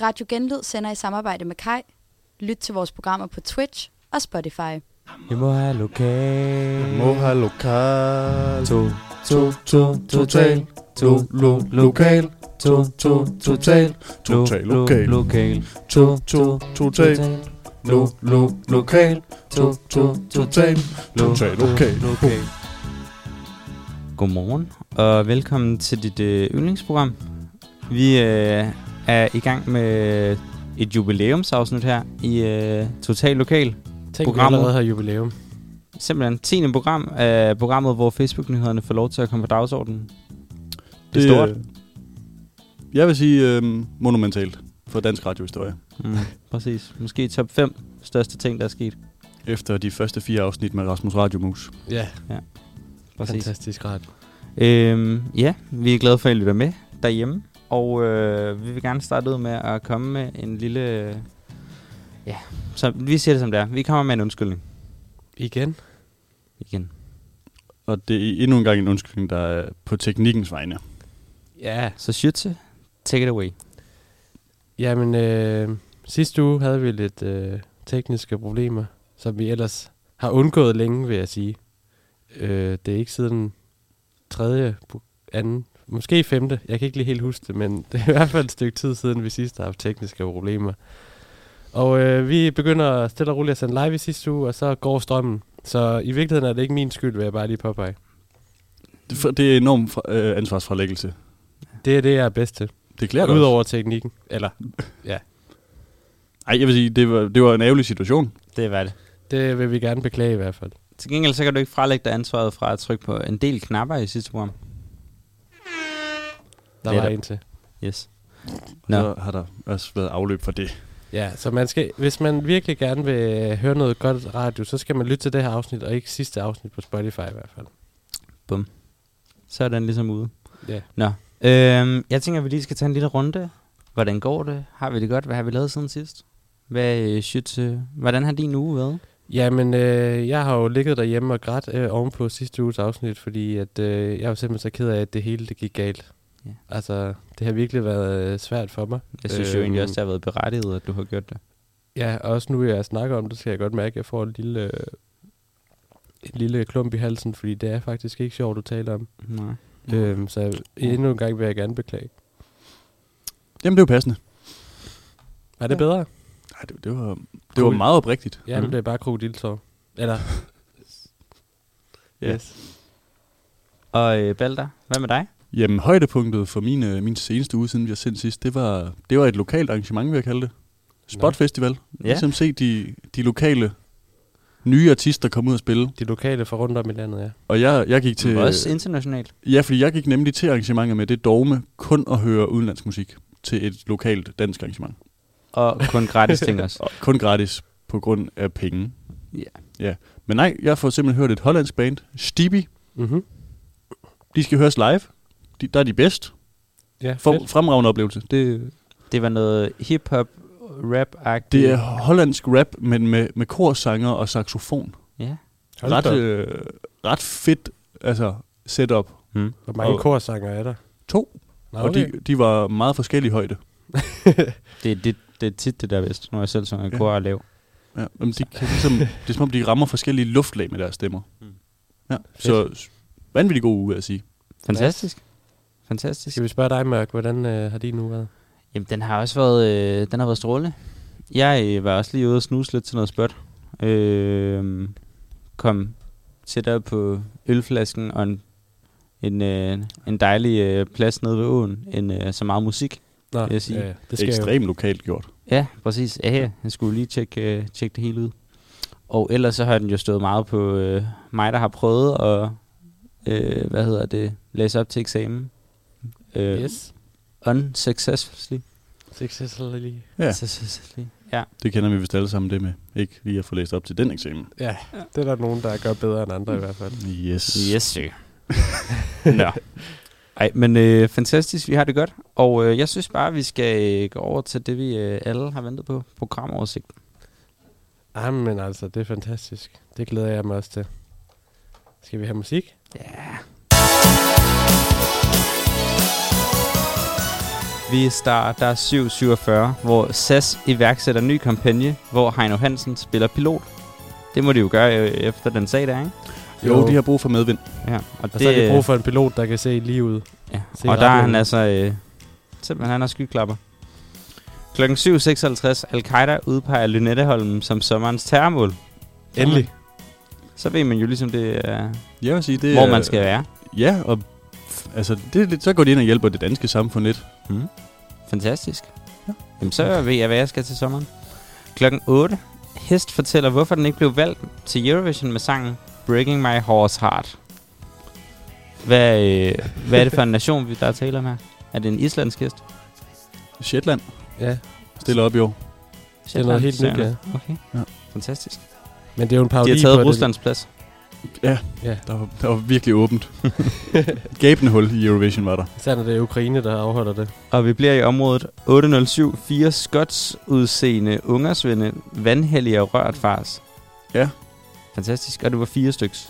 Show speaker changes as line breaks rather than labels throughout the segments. Radio Genlyd sender i samarbejde med Kai. Lyt til vores programmer på Twitch og Spotify.
Jeg må have lokal.
Må have lokal.
To, to,
to,
total.
To, lo, lokal.
to, to, total.
Total
Lo- lo-
lokal.
Lokal.
To, to, total. Lo, lo, lokal. To, to, total.
Lo-
Total
lo-
lokal.
lokal. Godmorgen, og velkommen til dit øh, yndlingsprogram. Vi øh, er i gang med et jubilæumsafsnit her i øh, Total Lokal.
Tænk, vi
Programmet.
allerede har jubilæum.
Simpelthen 10. program af programmet, hvor Facebook-nyhederne får lov til at komme på dagsordenen. Det er
øh,
stort.
Jeg vil sige øh, monumentalt for dansk radiohistorie.
Mm, præcis. Måske top 5 største ting, der er sket.
Efter de første fire afsnit med Rasmus Radiomus.
Ja,
Præcis.
fantastisk ret.
Øhm, ja, vi er glade for, at I lytter med derhjemme. Og øh, vi vil gerne starte ud med at komme med en lille... Øh, ja, så vi siger det som det er. Vi kommer med en undskyldning
Igen.
igen.
Og det er endnu en gang en undskyldning, der er på teknikkens vegne.
Ja.
Så Schütze, take it away.
Jamen, øh, sidste uge havde vi lidt øh, tekniske problemer, som vi ellers har undgået længe, vil jeg sige. Øh, det er ikke siden tredje, pro- anden, måske femte. Jeg kan ikke lige helt huske det, men det er i hvert fald et stykke tid siden, vi sidst har haft tekniske problemer. Og øh, vi begynder stille og roligt at sende live i sidste uge, og så går strømmen. Så i virkeligheden er det ikke min skyld, vil jeg bare lige påpege.
Det, for, det er enorm fra, øh, ansvarsfralæggelse.
Det er det, jeg er bedst til.
Det klæder dig også.
Udover teknikken. Eller,
Ej, jeg vil sige, det var, det var en ærgerlig situation.
Det var det.
det vil vi gerne beklage i hvert fald.
Til gengæld så kan du ikke frelægge dig ansvaret fra at trykke på en del knapper i sidste program.
Der
Netop.
var en til.
Yes. Nå.
Nå. Så har der også været afløb for det.
Ja, så man skal, hvis man virkelig gerne vil høre noget godt radio, så skal man lytte til det her afsnit, og ikke sidste afsnit på Spotify i hvert fald.
Så er den ligesom ude.
Ja.
Nå. Øhm, jeg tænker, at vi lige skal tage en lille runde. Hvordan går det? Har vi det godt? Hvad har vi lavet siden sidst? Hvad, øh, Schütze, hvordan har din uge været?
Jamen, øh, jeg har jo ligget derhjemme og grædt øh, ovenpå sidste uges afsnit, fordi at, øh, jeg var simpelthen så ked af, at det hele det gik galt.
Ja.
Altså, det har virkelig været øh, svært for mig.
Jeg synes jo
Øhm,
egentlig også, det har været berettiget, at du har gjort det.
Ja, og også nu jeg snakker om det, skal jeg godt mærke, at jeg får en lille, øh, en lille klump i halsen, fordi det er faktisk ikke sjovt at tale om.
Nej.
Mm. Øhm, så endnu en gang vil jeg gerne beklage.
Jamen, det var passende.
Var det
Ja.
bedre?
Nej, det, det, var, det var
Cool.
meget oprigtigt.
Ja,
Mhm.
mm. det er bare krokodiltår. Eller...
Ja.
yes.
Og øh, Balder, hvad med dig?
Jamen, højdepunktet for min, øh, min seneste uge, siden vi har sendt sidst, det var, det var et lokalt arrangement, vil jeg kalde det. Spot Festival. Ja. Ligesom se de, de lokale nye artister komme ud og spille.
De lokale fra rundt om i landet, ja.
Og jeg, jeg gik til...
Til... Også internationalt.
Ja, fordi jeg gik nemlig til arrangementet med det dogme kun at høre udenlandsk musik til et lokalt dansk arrangement.
Og kun gratis ting også.
Og kun gratis på grund af penge.
Ja.
ja. Men nej, jeg får simpelthen hørt et hollandsk band, Stibi.
Mm-hmm.
De skal høres live. De, der er de bedst.
Ja,
For,
fedt.
fremragende oplevelse. Det,
Det var noget hip-hop, rap-agtigt.
det er hollandsk rap, men med, med korsanger og saxofon.
Ja.
Hold da
Ret,
op.
øh, ret fedt altså, setup.
Mm.
Hvor mange
og-
korsanger er der?
To.
Nå,
Og de, de var meget forskellige højde.
Det, det, det er tit det der vist, når jeg selv synger
Ja.
kor og lav.
Ja, men de kan ligesom, det er som om, de rammer forskellige luftlag med deres stemmer.
Mm.
Ja, så s- vanvittig god uge, vil jeg sige.
Fantastisk. Fantastisk.
Skal vi spørge dig, Mørk, hvordan øh, har din nu været?
Jamen, den har også været, øh, den har været strålende. Jeg øh, var også lige ude og snuse lidt til noget spot. Øh, kom tættere på ølflasken og en, en, øh, en dejlig øh, plads nede ved åen. En, øh, så meget musik.
Nå,
Vil jeg sige.
ja, ja. det skal Ekstrem.
Ekstremt lokalt gjort.
Ja, præcis. Ja, ja. jeg skulle lige tjekke, øh, tjekke det hele ud. Og ellers så har den jo stået meget på øh, mig, der har prøvet at øh, hvad hedder det, læse op til eksamen.
jo.
Øh,
Yes.
Unsuccessfully.
Successfully.
Ja.
Successfully. Ja.
Det kender vi vist alle sammen det med. Ikke lige at få læst op til den eksamen.
Ja, det er der nogen, der gør bedre end andre i hvert fald.
Yes.
Yes, sir. Nå. Ej, men øh, fantastisk, vi har det godt. Og øh, jeg synes bare, vi skal øh, gå over til det, vi øh, alle har ventet på. Programoversigt.
Jamen altså, det er fantastisk. Det glæder jeg mig også til. Skal vi have musik?
Ja. Vi starter 7.47, hvor SAS iværksætter ny kampagne, hvor Heino Hansen spiller pilot. Det må de jo gøre øh, efter den sag der, ikke?
Jo,
Jo.
de har brug for medvind.
Ja,
Og så har de brug for en pilot, der kan se lige ud.
Ja.
Se
Og
ret
der er
ud.
han altså... Øh, simpelthen, han har skyklapper. Klokken 7.56, Al-Qaida udpeger Lynetteholm som sommerens terrormål.
Endelig.
Så ved man jo ligesom, det er,
Jeg vil sige, det
hvor
er-
man skal være.
Ja, og f- altså, det, er lidt- så går de ind og hjælper det danske samfund lidt.
Mm.
Fantastisk.
Ja.
Jamen, så ved jeg, hvad jeg skal til sommeren. Klokken 8. Hest fortæller, hvorfor den ikke blev valgt til Eurovision med sangen Breaking My Horse Heart. Hvad, øh, hvad er det for en nation, vi der taler om her? Er det en islandsk hest?
Shetland
Ja,
stiller op i år.
det er noget helt nyt, ja.
Okay.
Ja.
Fantastisk.
Men det er jo en
De
parodi
har taget
på
Ruslands plads.
Der var, der var virkelig åbent. Et Gabende hul i Eurovision var der.
det. Især når det er Ukraine, der afholder det.
Og vi bliver i området 807. Fire skots udseende ungersvende, vandhellige og rørt fars.
Ja.
Fantastisk. Og det var fire styks.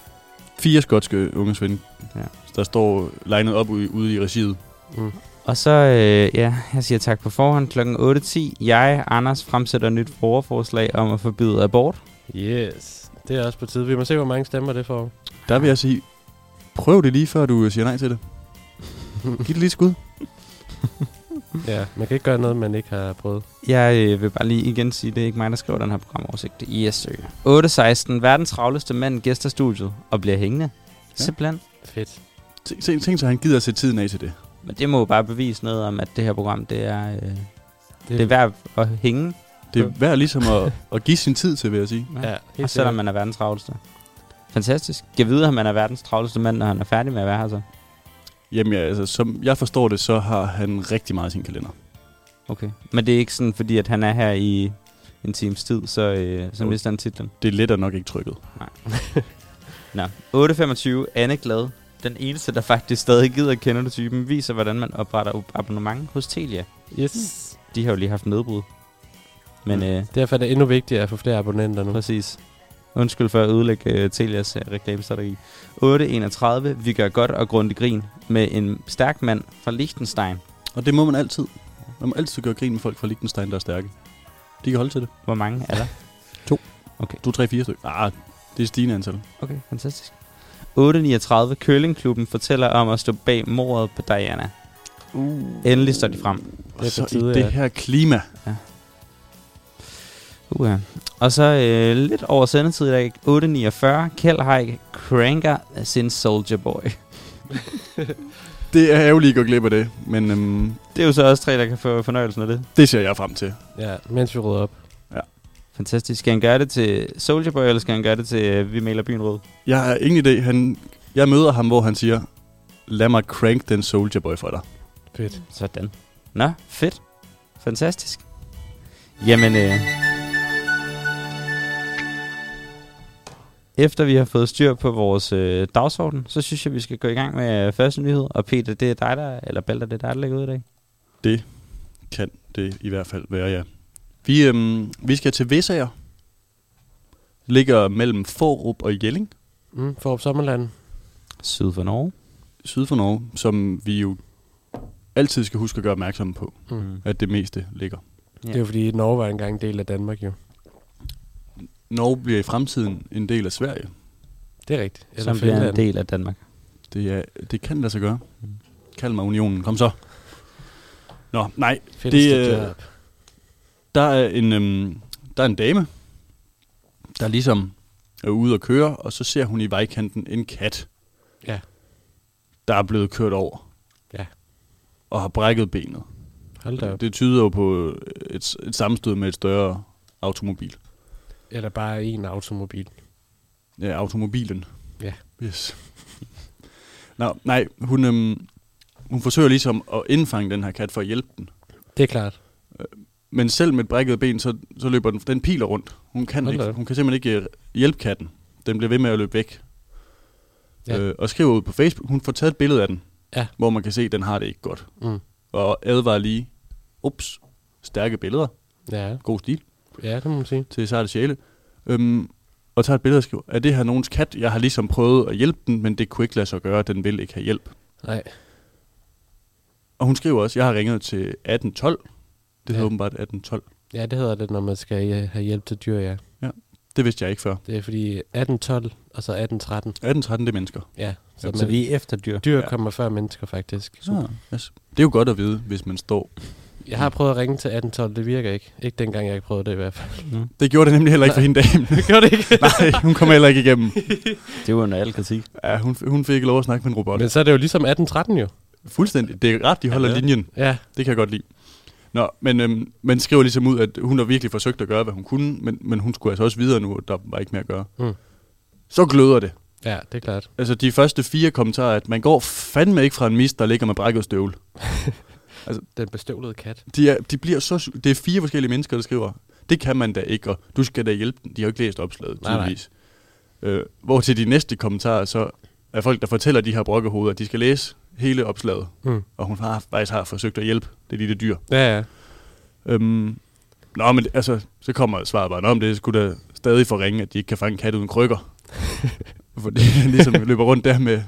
Fire skotske unge svinde,
Ja.
ja. der står legnet op ude, ude i regiet.
Mm.
Og så, øh, ja, jeg siger tak på forhånd. Klokken 8.10, jeg, Anders, fremsætter nyt borgerforslag om at forbyde abort.
Yes. Det er også på tide. Vi må se, hvor mange stemmer det får.
Mm.
Der vil jeg sige, prøv det lige før du siger nej til det. Giv det lige et skud.
Ja, man kan ikke gøre noget, man ikke har prøvet.
Jeg øh, vil bare lige igen sige, det er ikke mig, der skriver den her programoversigt. Det er ISØ. 8.16, verdens travleste mand gæster studiet og bliver hængende. Ja.
Ja.
Simpelthen.
Fedt.
Tænk, tænk, tænk så, han gider at sætte tiden af til det.
Men det må jo bare bevise noget om, at det her program, det er, øh, det,
Det,
er værd at hænge.
Det er værd ligesom at, at give sin tid til, vil jeg sige.
Ja,
Og
helt
selvom
sikkert.
man er verdens travleste. Fantastisk. Jeg ved, at man er verdens travleste mand, når han er færdig med at være her så.
Jamen, ja, altså, som jeg forstår det, så har han rigtig meget i sin kalender.
Okay. Men det er ikke sådan, fordi at han er her i en times tid, så, øh, så
Jo.
mister han titlen.
Det letter nok ikke trykket.
Nå. 8.25. Anne Glad, den eneste, der faktisk stadig gider at kende typen, viser, hvordan man opretter ab- abonnement hos Telia.
Yes.
De har jo lige haft nedbrud. Men øh,
Derfor er det endnu vigtigere at få flere abonnenter nu.
præcis. Undskyld for at ødelægge øh, Telias øh, reklamestrategi. 8.31. Vi gør godt og grundigt grin med en stærk mand fra Liechtenstein.
Og det må man altid. Man må altid gøre grin med folk fra Liechtenstein, der er stærke. De kan holde til det.
Hvor mange er der?
Du er 3-4 stykker. Ah, det er stigende antal.
Okay, fantastisk. 8.39. Køllingklubben fortæller om at stå bag mordet på Diana.
Uh.
Endelig står de frem.
Og
Det er på
så
tide,
i det
at-
her klima.
Uh-huh. Og så øh, lidt over sendetid i dag. 8.49. Kjeld Haik cranker sin Soldier Boy.
Det er ærgerligt at gå glip af det, men øhm,
Det er jo så også tre, der kan få fornøjelsen af det.
det ser jeg frem til.
Ja, mens vi rydder op.
Fantastisk. Skal han gøre det til Soldier Boy, eller skal han gøre det til øh, Vi maler byen rød?
Jeg har ingen idé. Han, jeg møder ham, hvor han siger, lad mig crank den soldier boy for dig.
Fedt.
Sådan. Nå, fedt. Fantastisk. Jamen, øh, efter vi har fået styr på vores øh, dagsorden, så synes jeg, vi skal gå i gang med øh, første nyhed. Og Peter, det er dig, der, eller Balder, det er dig, der lægger ud i dag.
Kan det i hvert fald være, ja. Vi, øhm, vi skal til Vesager. Ligger mellem Forup og Jelling,
Mm, for op sommerland.
Syd for Norge.
syd for Norge, som vi jo altid skal huske at gøre opmærksom på,
Mm.
Mm.
at det meste ligger.
Det er jo fordi, Norge var engang en del af Danmark jo.
Norge bliver i fremtiden en del af Sverige.
Det er rigtigt. Eller
Som bliver en
Finland.
del af Danmark.
Det, er, det kan lade sig gøre.
Mm.
Kald mig unionen. Kom så. Nå, nej.
Fedt
Det,
det,
øh, Der er en, øhm, der er en dame, der ligesom er ude at køre, og så ser hun i vejkanten en kat,
Ja.
der er blevet kørt over.
Ja.
Og har brækket benet.
Hold da op.
Det tyder jo på et, et sammenstød med et større automobil.
Eller bare en automobil.
Ja, automobilen.
Ja.
Yes. Nå, nej, hun, øhm, hun forsøger ligesom at indfange den her kat for at hjælpe den.
Det er klart.
Men selv med et brækket ben, så, så løber den, den piler rundt. Hun kan,
Hold da
ikke,
op.
hun kan simpelthen ikke øh, hjælpe katten. Den bliver ved med at løbe væk.
Ja.
Ja. Øh, og skriver ud på Facebook, hun får taget et billede af den,
Ja.
hvor man kan se, at den har det ikke godt.
Mm.
Og advarer lige, ups, stærke billeder,
Ja.
god stil,
ja, det må man sige.
til sarte sjæle. Øhm, og tager et billede og skriver, er det her nogens kat? Jeg har ligesom prøvet at hjælpe den, men det kunne ikke lade sig gøre, den vil ikke have hjælp.
Nej.
Og hun skriver også, jeg har ringet til 1812. Det hedder
Ja.
åbenbart 1812.
Ja, det hedder det, når man skal øh, have hjælp til dyr, ja.
Det vidste jeg ikke før.
Det er fordi 1812 og så 1813.
1813, det er mennesker.
Ja, så,
Så
man,
vi er efter dyr.
dyr
Ja.
kommer før mennesker faktisk.
Super. Yes. Det er jo godt at vide, hvis man står.
Jeg har prøvet at ringe til 1812, det virker ikke. Ikke dengang jeg prøvede det i hvert fald.
Mm.
Det gjorde det nemlig heller ikke for hende damen.
Det gjorde det ikke.
Nej, hun kom heller ikke igennem.
Det er jo under al kritik.
Ja, hun, hun fik ikke lov at snakke med en robot.
Men så er det jo ligesom 1813 jo.
Fuldstændig. Det er ret, de holder
Ja.
linjen.
Ja,
Det kan jeg godt lide. Nå, men øhm, man skriver ligesom ud, at hun har virkelig forsøgt at gøre, hvad hun kunne, men, men hun skulle altså også videre nu, og der var ikke mere at gøre.
Mm.
Så gløder det.
ja det er klart.
Altså de første fire kommentarer, at man går fandme ikke fra en mist, der ligger med brækket støvle.
Den bestøvlede kat.
De, er, de bliver så, sy- det er fire forskellige mennesker, der skriver, det kan man da ikke, og du skal da hjælpe den. De har jo ikke læst opslaget,
Nej, nej.
tydeligvis. Øh, hvor til de næste kommentarer, så er folk, der fortæller de her brokkehoveder, at de skal læse hele opslaget,
Mm.
og hun har, faktisk har forsøgt at hjælpe det lille dyr.
Ja, ja.
Øhm, nå, men altså, så kommer svaret bare, "Nå, men det skulle da stadig for ringe, at de ikke kan fange kat uden krykker. Fordi han ligesom løber rundt der med,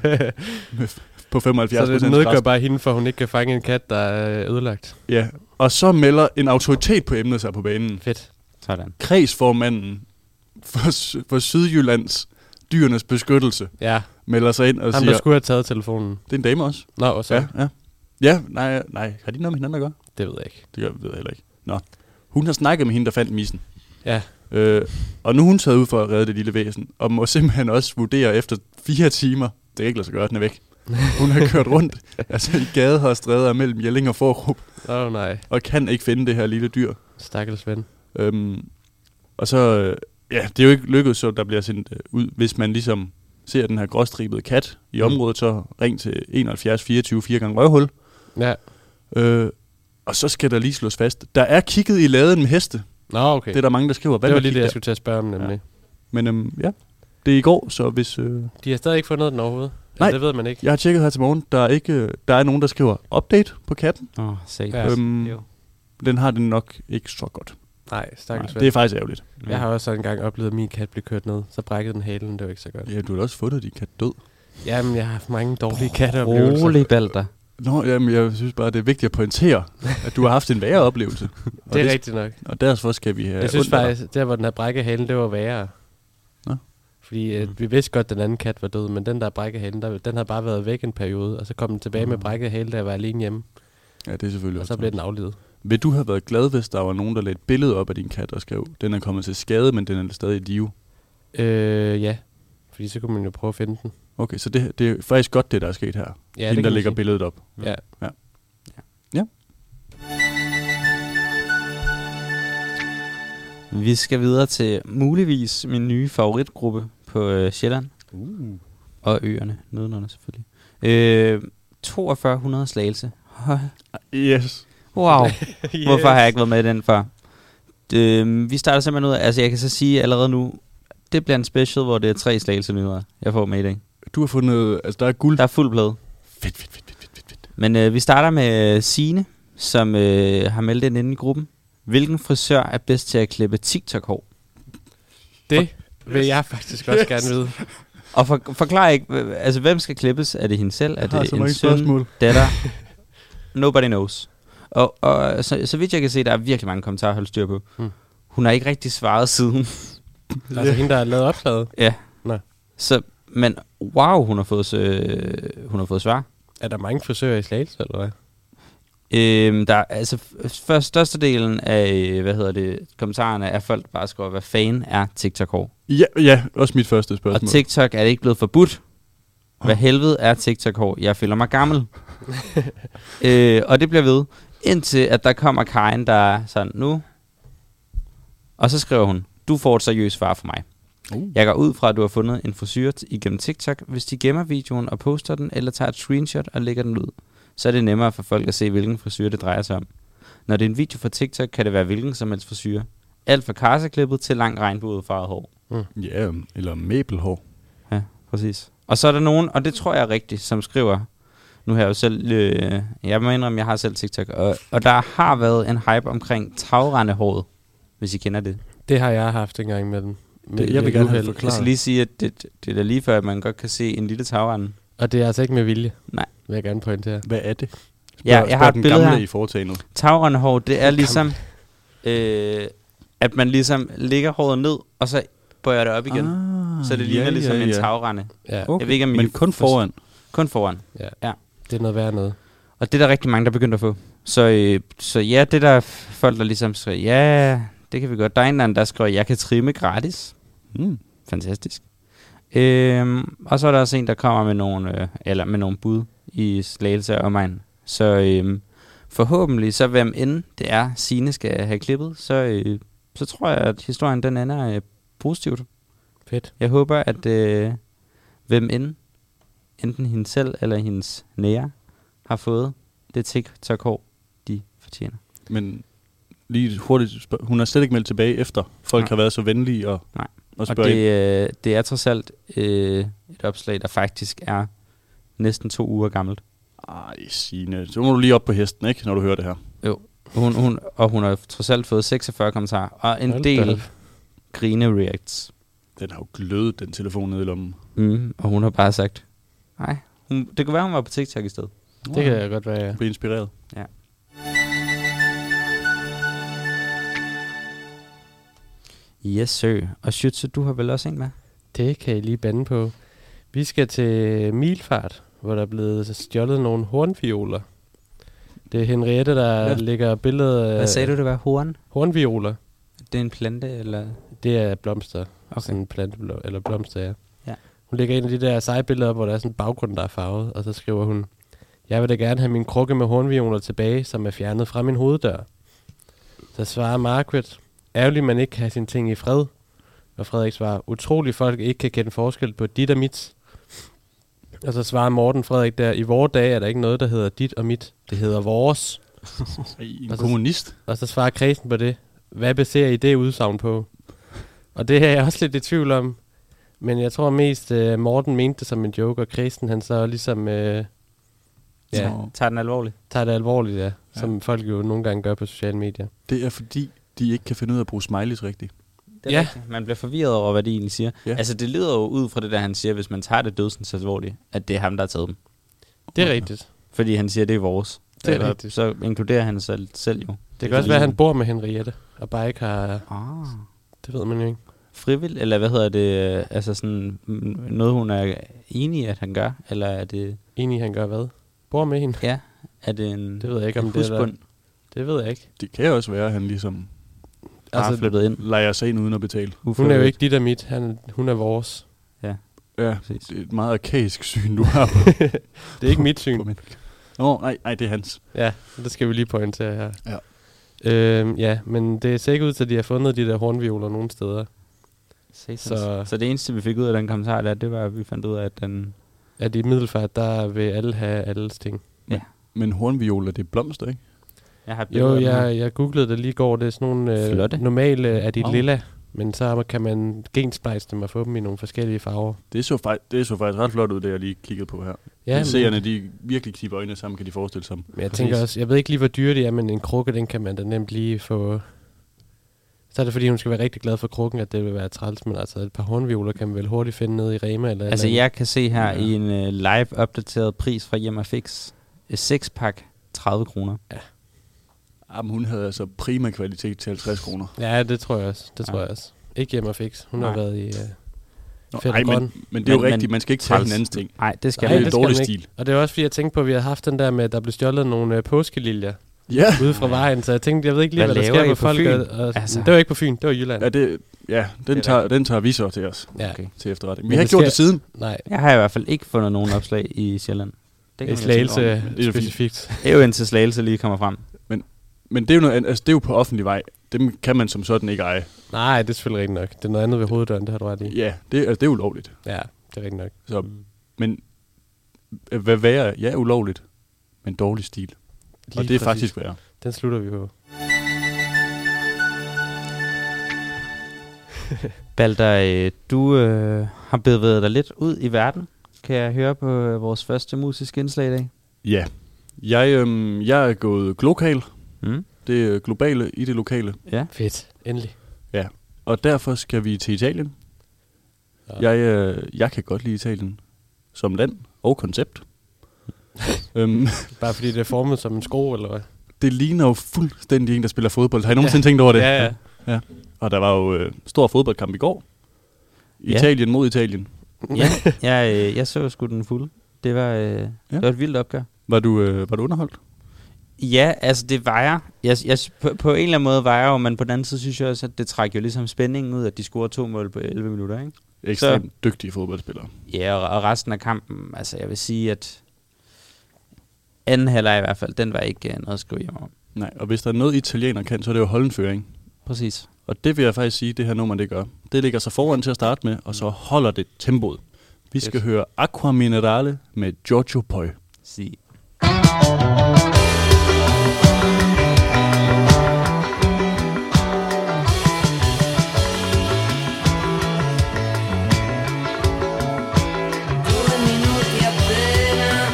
med på 75
Så det nedgør bare hende, for hun ikke kan fange en kat, der er øh, ødelagt.
Ja, og så melder en autoritet på emnet sig på banen.
Fedt.
Sådan.
Kredsformanden for, Sy- for Sydjyllands dyrenes beskyttelse
Ja,
melder sig ind og
ham
siger,
der skulle have taget telefonen.
det er en dame også.
Nå, og så.
Ja,
Ja.
ja. Ja, nej, nej. Har de noget med hinanden at gøre?
Det ved jeg ikke.
Det gør- ved jeg heller ikke. Nå. Hun har snakket med hende, der fandt missen.
Ja.
Øh, og nu er hun taget ud for at redde det lille væsen, og må simpelthen også vurdere efter fire timer, det kan ikke lade sig gøre, den er væk. Hun har kørt rundt altså i gader og stræder mellem Jelling og Forup,
Åh oh, nej,
og kan ikke finde det her lille dyr.
stakkels ven.
Øhm, og så, øh, ja, det er jo ikke lykkedes, så der bliver sendt øh, ud, hvis man ligesom ser den her gråstribede kat i
Mm.
området, så ring til 71 24 4 gange røvhul.
Ja.
Øh, og så skal der lige slås fast. Der er kigget i laden med heste.
Nå, okay.
Det er der mange, der skriver.
det
med
var lige det,
kig
jeg
der?
skulle til at spørge om, nemlig. Ja.
Men øhm, ja, det er i går, så hvis... Øh,
De har stadig ikke fundet den overhovedet.
Nej.
Ja, det ved man ikke.
jeg har tjekket her til morgen, der er, ikke, øh, der er nogen, der skriver update på katten.
Åh, oh, sæt.
Ja.
øhm,
Jo.
den har den nok ikke så godt.
Nej, stakkels
Nej,
ven.
det er faktisk ærgerligt.
Jeg har også engang oplevet, at min kat blev kørt ned. Så brækkede den halen, det var ikke så godt.
Ja, du har da også fundet din kat død.
Jamen, jeg har haft mange dårlige katteoplevelser.
Rolig balder.
Nå, jamen, jeg synes bare, det er vigtigt at pointere, at du har haft en værre oplevelse. Og
Det er rigtigt nok.
Og derfor skal vi have
Jeg synes
ondt af dig.
faktisk, der hvor den har brækket halen, det var værre.
Nå. Mm.
Fordi øh, vi vidste godt, at den anden kat var død, men den der brækkede halen, der, den har bare været væk en periode, og så kom den tilbage med brækket hale, da jeg var alene hjemme,
Ja, Mm. det er selvfølgelig
og
også
så blev den aflevet.
Vil du have været glad, hvis der var nogen, der lagde et billede op af din kat og skrev, den er kommet til skade, men den er stadig i live?
Øh, ja. Fordi så kunne man jo prøve at finde den.
Okay, så det, det er faktisk godt, det der er sket her.
Ja,
Hende,
det
der
kan man
lægger
sige.
billedet op.
Ja.
Ja. Ja.
ja. Vi skal videre til muligvis min nye favoritgruppe på øh, Sjælland.
Uh.
Og øerne. Nedenunder selvfølgelig. Øh, 4200 slagelse.
Yes.
Wow.
yes.
Hvorfor har jeg ikke været med i den før? Øh, vi starter simpelthen ud af, altså jeg kan så sige allerede nu, det bliver en special, hvor det er tre slagelse nyheder, jeg får med i dag.
Du har fundet, altså der er guld.
Der er fuld plade.
Fedt, fedt, fedt, fedt, fedt, fedt, fedt.
Men øh, vi starter med Sine, som øh, har meldt ind inde i gruppen. Hvilken frisør er bedst til at klippe TikTok-hår?
Det vil jeg faktisk også gerne vide.
Og for, forklar ikke, hv- altså hvem skal klippes? Er det hende selv? Er
Jeg har
det
så
en
mange
søn,
spørgsmål.
datter? Nobody knows. Og, og så, så vidt jeg kan se, der er virkelig mange kommentarer at holde styr på.
Hmm.
Hun har ikke rigtig svaret siden.
Altså hende, der har lavet opslaget.
ja.
Nå.
Så, men wow, hun har fået, øh, hun har fået svar.
Er der mange frisører i Slagelse, eller hvad?
Øhm, der er, altså f- først størstedelen af, øh, hvad hedder det, kommentarerne er folk der bare skriver, hvad fanden er TikTok hår?
Ja, ja, også mit første
Og
spørgsmål.
TikTok er det ikke blevet forbudt. Hvad helvede er TikTok hår? Jeg føler mig gammel. øh, og det bliver ved, indtil at der kommer Karen, der er sådan, nu. Og så skriver hun, du får et seriøst svar for mig.
Uh.
Jeg går ud fra, at du har fundet en frisyr t- igennem TikTok. Hvis de gemmer videoen og poster den, eller tager et screenshot og lægger den ud, så er det nemmere for folk at se, hvilken frisyr det drejer sig om. Når det er en video fra TikTok, kan det være hvilken som helst frisyr. Alt fra karseklippet til langt regnbuefarvet hår.
Ja, eller mæbelhår.
Ja, præcis. Og så er der nogen, og det tror jeg er rigtigt, som skriver, nu har jeg jo selv, øh, jeg må indrømme, jeg har selv TikTok, og, og der har været en hype omkring tagrendehåret, hvis I kender det.
Det har jeg haft engang med den. Med
Det- jeg vil
lidt
gerne have
uheld. Altså
det
Jeg
Klar.
skal lige sige, at det, det er da lige før, at man godt kan se en lille tagrende.
Og det er altså ikke med vilje.
Nej.
Vil jeg gerne pointere.
Hvad er det? Spørg, ja,
jeg har et
den
billede
gamle
her.
i foretagendet.
Tagrandhår, det er ligesom, øh, at man ligesom lægger håret ned, og så bøjer det op igen. Ah,
Ah,
så det ligner ja, ligesom ja, en tagrande.
Ja,
Okay.
Jeg ved ikke, om I
Men kun
forstår-
foran.
Kun foran.
det er noget værd noget.
Og det er der rigtig mange, der begynder at få. Så, øh, så ja, det er der f- folk, der ligesom skriver, ja, det kan vi godt. Der er en eller anden, der skriver, jeg kan trimme gratis. Hmm.
Mm.
Fantastisk. Øhm, og så er der også en, der kommer med nogle, øh, eller med nogle bud i Slagelse og omegn. Så øhm, forhåbentlig, så hvem end det er, Sine skal have klippet, så, øh, så tror jeg, at historien den ender øh, positivt.
Fedt.
Jeg håber, at øh, hvem end, enten hende selv eller hendes nære, har fået det TikTok-hår, de fortjener.
Men lige hurtigt, spørg- hun har slet ikke meldt tilbage efter. Folk
Nej.
har været så venlige og,
Nej.
og
Og
spørge ind.
det, øh, det er trods alt øh, et opslag, der faktisk er næsten to uger gammelt.
Ej, Signe, så må du lige op på hesten, ikke, når du hører det her.
Hun, hun, og hun har trods alt fået 46 kommentarer og en
Hold da
del
op.
grine-reacts.
Den har jo glødet, den telefon nede i lommen.
Mm, og hun har bare sagt, nej, hun, det kunne være, hun var på TikTok i stedet.
Det kan jeg godt være, ja.
Blive inspireret.
Yes, sir. Og Schütze, du har vel også en med?
Det kan I lige bande på. Vi skal til Milfart, hvor der er blevet stjålet nogle hornvioler. Det er Henriette, der
Hvad?
lægger billedet af
Hvad sagde du, det var? Horn?
hornvioler.
Øh. Det er en plante, eller?
Det er blomster. Okay.
Okay.
Sådan plante, eller blomster, ja.
Ja.
Hun lægger en af de der seje billeder op, hvor der er sådan en baggrund, der er farvet, og så skriver hun, jeg vil da gerne have min krukke med hornvioler tilbage, som er fjernet fra min hoveddør. Så svarer Margaret, ærgerligt man ikke kan have sine ting i fred. Og Frederik svarer, utrolig folk ikke kan kende forskel på dit og mit. Og så svarer Morten Frederik der, i vore dage er der ikke noget, der hedder dit og mit. Det hedder vores.
Ej, en
Altså-
kommunist.
Og så svarer Kristen på det. Hvad baserer I det udsagn på? Og det er jeg også lidt i tvivl om. Men jeg tror mest, uh, Morten mente det som en joke, og Kristen han så ligesom uh, ja,
Nå.
Tag den alvorligt.
tager det alvorligt, ja. Som folk jo nogle gange gør på sociale medier.
Det er fordi, de ikke kan finde ud af at bruge smileys rigtigt.
Det er
Ja.
ja. rigtigt. Man bliver forvirret over, hvad det egentlig siger.
Ja.
Ja. Altså, det lyder jo ud fra det der, han siger, hvis man tager det dødsens alvorligt, at det er ham, der har taget dem.
Det er rigtigt.
Fordi han siger, det er vores.
Det er
Eller
rigtigt.
Så inkluderer han selv, selv jo.
Det kan også være, at han bor med Henriette, og bare ikke har...
Ah.
Det ved man jo ikke.
Frivilligt, eller hvad hedder det? øh, Altså sådan mm, noget, hun er enig i, at han gør? Eller er det,
Egentlig han gør hvad? Bor med hende?
ja, er det en
Det ved jeg ikke, om det er...
husbund,
der- Det ved jeg ikke.
Det kan også være, at han ligesom
der altså,
Altså,
er flyttet ind?
leger sig ind uden at betale.
Hun er jo
ufrivilligt?
ikke dit og mit. Han, hun er vores.
Ja,
Præcis.
det er et meget arkaisk syn, du har på,
Det er ikke mit syn.
på mennesker. Nå, nej, nej, det er hans.
Ja, det skal vi lige pointere her.
Ja.
Øhm, ja, men det ser ikke ud til, at de har fundet de der hornvioler nogen steder.
Satans.
Så-
Så... så det eneste, vi fik ud af den kommentar, der, det var, at vi fandt ud af, at den...
At i middelfart, der vil alle have alles ting.
Men hornvioler, det er blomster, ikke?
Jeg har et
Jo,
billede af den her.
jeg, jeg googlede det lige i går. Det er sådan nogle
Flotte.
øh, normale er de
Wow.
lilla, men så kan man gensplejse dem og få dem i nogle forskellige farver.
Det så, fej- det så faktisk ret flot ud, det jeg lige kiggede på her. Ja,
men-
Seerne, de virkelig knipper øjnene sammen, kan de forestille sig.
men jeg tænker også, jeg ved ikke lige, hvor dyre det er, men en krukke, den kan man da nemt lige få... Så er det, fordi hun skal være rigtig glad for krukken, at det vil være træls, men altså et par hornvioler kan man vel hurtigt finde nede i Rema eller et
Altså,
eller andet.
jeg kan se her
Ja.
i en uh, live-opdateret pris fra Hjem og Fix. Et sexpack, 30 kroner.
Jamen, hun havde altså prima kvalitet til 50 kroner.
Ja, det tror jeg også. Det tror
Ja.
jeg også. Ikke hjemme og fix. Hun har
Nej.
været i... Øh,
Nå,
Fedt
ej,
og
men,
grøn.
men det er jo
Men- men-
rigtigt, man skal ikke tage
Træls.
hinandens ting.
Nej, det skal
Ej,
man
det
ikke.
er dårlig
man ikke.
stil.
Og det er også fordi, jeg tænkte på, at vi har haft den der med, at der blev stjålet nogle øh, påskeliljer
Ja,
ude fra vejen, så jeg tænkte, jeg ved ikke lige, hvad,
Hvad
hvad der
laver
sker
I
med
på
folk.
Fyn?
Og, og, altså.
Altså.
Det var ikke på Fyn, det var i Jylland.
ja, det, ja den,
Det er
tager, den tager vi så til os,
ja.
Okay.
til efterretning.
Men
Vi har
det
ikke gjort
sker-
det siden.
Nej,
Jeg har i hvert fald ikke fundet nogen opslag i Sjælland. Det
i
man jo tænke
Slagelse
over.
men det er jo fint.
specifikt.
Det er jo indtil Slagelse lige kommer frem.
Men det er jo, noget, andet. altså, det er jo på offentlig vej. Dem kan man som sådan ikke eje.
Nej, det er selvfølgelig rigtigt nok. Det er noget andet ved hoveddøren, det har du ret i.
Ja, det, altså, det er ulovligt.
Ja, det er rigtigt nok.
Så, men øh, hvad værre? Ja, ulovligt, men dårlig stil.
Lige
og det er
præcis.
faktisk værre.
Den slutter vi på.
Balder, øh, du øh, har bevæget dig lidt ud i verden. Kan jeg høre på øh, vores første musiske indslag i dag?
Ja. Jeg, øhm, jeg er gået glokal.
Mm?
Det er globale i det lokale.
Ja.
Fedt. Endelig.
Og derfor skal vi til Italien.
Ja.
Jeg, øh, jeg kan godt lide Italien som land og koncept. øhm,
Bare fordi det er formet som en sko, eller hvad?
det ligner jo fuldstændig en, der spiller fodbold. Har I nogensinde tænkt over det?
Ja, ja.
Og der var jo øh, stor fodboldkamp i går.
Ja.
Italien mod Italien.
ja, jeg, øh, jeg så sgu den fulde. Det var, øh, ja. det var et vildt opgør.
Var du, øh, var du underholdt?
Ja, altså det var jeg. jeg, jeg på, på en eller anden måde var jeg jo, men på den anden side synes jeg også, at det trækker jo ligesom spændingen ud, at de scorer to mål på 11 minutter, ikke?
Ekstremt Så. dygtige fodboldspillere.
Ja, og, og resten af kampen, altså jeg vil sige, at anden halvleg i hvert fald, den var ikke øh, noget at skrive hjem om.
Nej, og hvis der er noget italiener kan, så er det jo holdenføring.
Præcis.
Og det vil jeg faktisk sige, det her nummer det gør. Det ligger sig foran til at starte med, og så holder det tempoet. Vi skal
Fedt.
høre Aqua Minerale med Giorgio Poi.
Sige.
Due minuti appena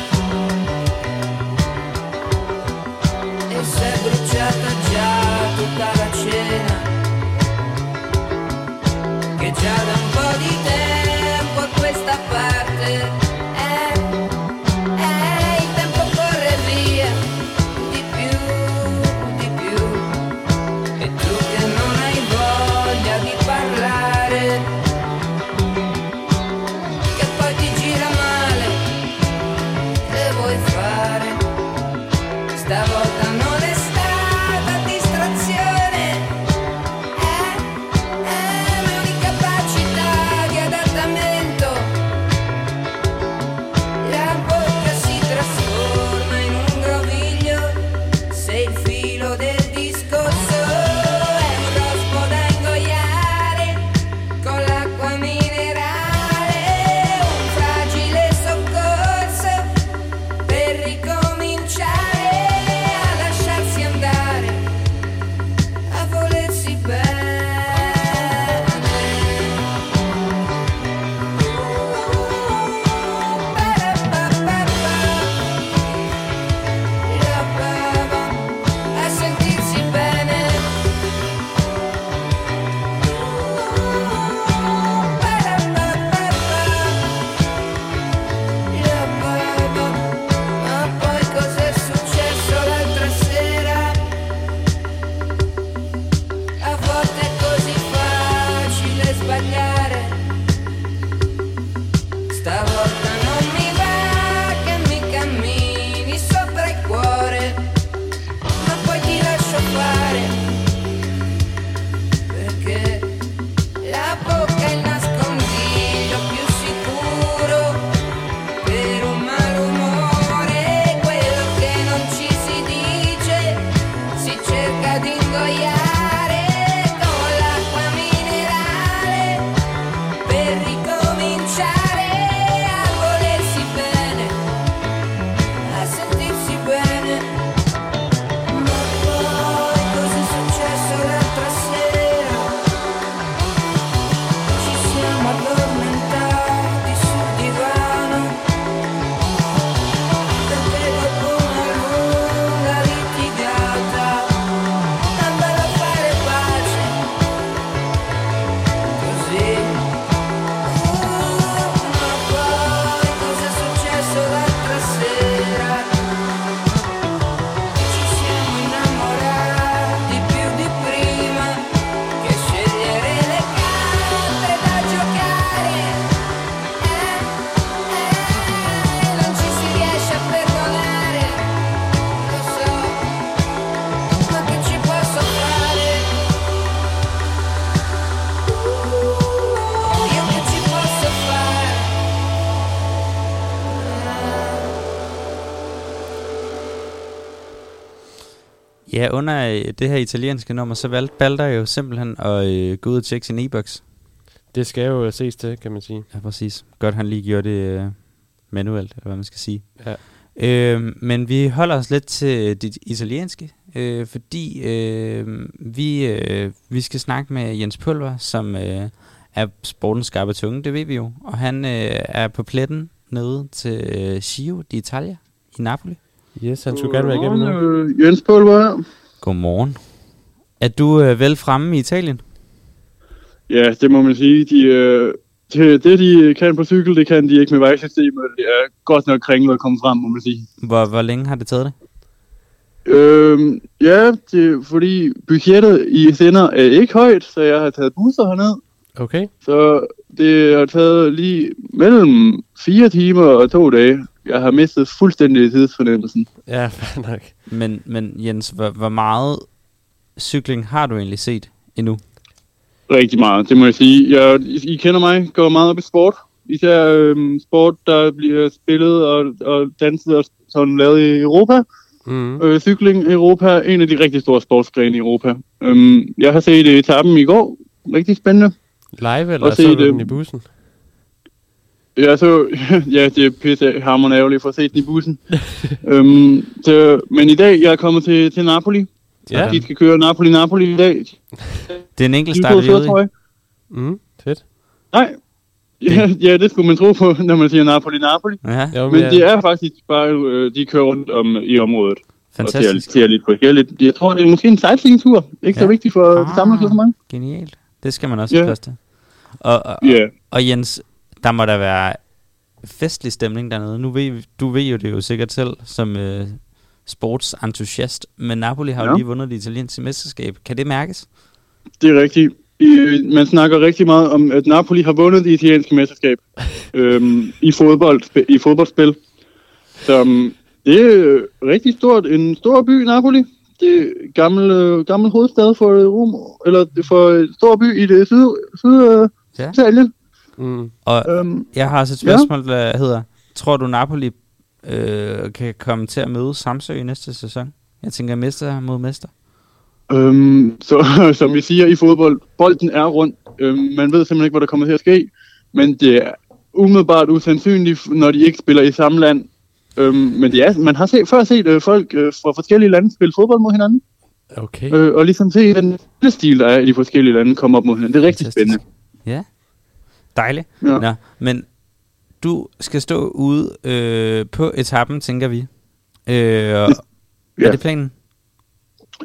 e s'è bruciata già tutta la cena che già da un po' di tempo a questa parte è, è il tempo corre via di più, di più e tu che non hai voglia di parlare che poi ti gira male, che vuoi fare? Stavolta non è stata distrazione, è, è un'incapacità di adattamento. La bocca si trasforma in un groviglio, sei il filo del discorso, è un rospo da ingoiare con l'acqua minerale, un fragile soccorso per ricominciare a lasciarsi andare, a volersi bene, a sentirsi bene. Ma poi cos'è successo l'altra sera? A volte è così facile sbagliare Stavolta non mi va che mi cammini sopra il cuore Ma poi ti lascio fare perché la bocca è il nascondiglio più sicuro per un malumore, quello che non ci si dice, si cerca di ingoiare con l'acqua minerale, per ricominciare a volersi bene, a sentirsi bene. Ma poi cos'è successo l'altra sera? Ci siamo addormentati sul divano Perché dopo una lunga litigata Andare a fare pace Così Ma poi cos'è successo l'altra sera? Ci siamo innamorati più di prima Che scegliere le carte da giocare Eh, eh, non ci si riesce a perdonare Lo so, ma che ci posso fare? Io che ci posso fare?
Ja, under øh, det her italienske nummer, så valgte Balder jo simpelthen at øh, gå ud og tjekke sin e-boks.
Det skal jo øh, ses til, kan man sige.
Ja, præcis. Godt, han lige gjorde det øh, manuelt, eller hvad man skal sige.
Ja.
Øh, men vi holder os lidt til det italienske, øh, fordi øh, vi, øh, vi skal snakke med Jens Pulver, som øh, er sportens skarpe tunge, det ved vi jo. Og han øh, er på pletten nede til øh, Giro d'Italia i Napoli.
Yes, han skulle gerne være igennem nu.
Godmorgen, øh, Jens Pulver her.
Godmorgen. Er du øh, vel fremme i Italien?
Ja, det må man sige. De øh, det, det, de kan på cykel, det kan de ikke med vejsystemet. Det er godt nok kringlet at komme frem, må man sige.
Hvor, hvor længe har det taget dig?
Øhm, ja, det, fordi budgettet i sender er ikke højt, så jeg har taget busser herned.
Okay.
Så det har taget lige mellem fire timer og to dage. Jeg har mistet fuldstændig tidsfornemmelsen.
Ja, fair nok.
Men, men Jens, hvor, hvor meget cykling har du egentlig set endnu?
Rigtig meget, det må jeg sige. Jeg, I kender mig, går meget op i sport. Især øhm, sport, der bliver spillet og, og danset og sådan lavet i Europa.
Mm.
Øh, cykling i Europa er en af de rigtig store sportsgrene i Europa. Øhm, jeg har set etappen i går. Rigtig spændende.
Live, eller
Og se
så du
det.
den i bussen?
Jeg så, ja, det er pisse hammerne ærgerligt for at se den i bussen. øhm, så, men i dag, jeg er kommet til, til Napoli.
Ja.
De skal køre Napoli-Napoli i dag.
Det er en enkelt
De
start,
er
vi er ude i.
tror jeg.
Mm, fedt.
Nej. Ja, ja, det skulle man tro på, når man siger Napoli-Napoli.
Ja,
Jo,
Men
jeg-
det er faktisk bare, øh, de kører rundt om i området. Og
fantastisk.
ser, ser lidt forskelligt. Jeg tror, det er måske en sightseeing-tur. Ikke ja. så
Ja.
vigtigt for
Ah.
ah. samlet så mange.
Genialt. Det skal man også
Ja.
yeah. til. Og, og,
Ja. Yeah.
og Jens, der må der være festlig stemning dernede. Nu ved, du ved jo det jo sikkert selv, som øh, sportsentusiast, men Napoli har jo
Ja.
lige vundet det italienske mesterskab. Kan det mærkes?
Det er rigtigt. Øh, Man snakker rigtig meget om, at Napoli har vundet det italienske mesterskab øhm, i, fodbold, i fodboldspil. Så øhm, det er rigtig stort. En stor by, Napoli. Det er gammel, øh, gammel hovedstad for øh, Rom, eller for en stor by i det syd, syd øh,
Ja.
Italien.
Mm.
Og
Øhm,
jeg har også et
Ja.
spørgsmål, der hedder, tror du Napoli øh, kan komme til at møde Samsø i næste sæson? Jeg tænker mester mod mester.
øhm, så som vi siger i fodbold, bolden er rundt. Øhm, man ved simpelthen ikke, hvad der kommer til at ske, men det er umiddelbart usandsynligt, når de ikke spiller i samme land. Øhm, men det er, man har set, før set øh, folk øh, fra forskellige lande spille fodbold mod hinanden,
Okay.
øh, og ligesom se den spillestil, der er i de forskellige lande, komme op mod hinanden. Det er rigtig
Fantastisk.
spændende.
Ja. Dejligt.
Ja.
Nå, men du skal stå ude øh, på etappen, tænker vi. Øh, ja. Er
Ja.
det planen?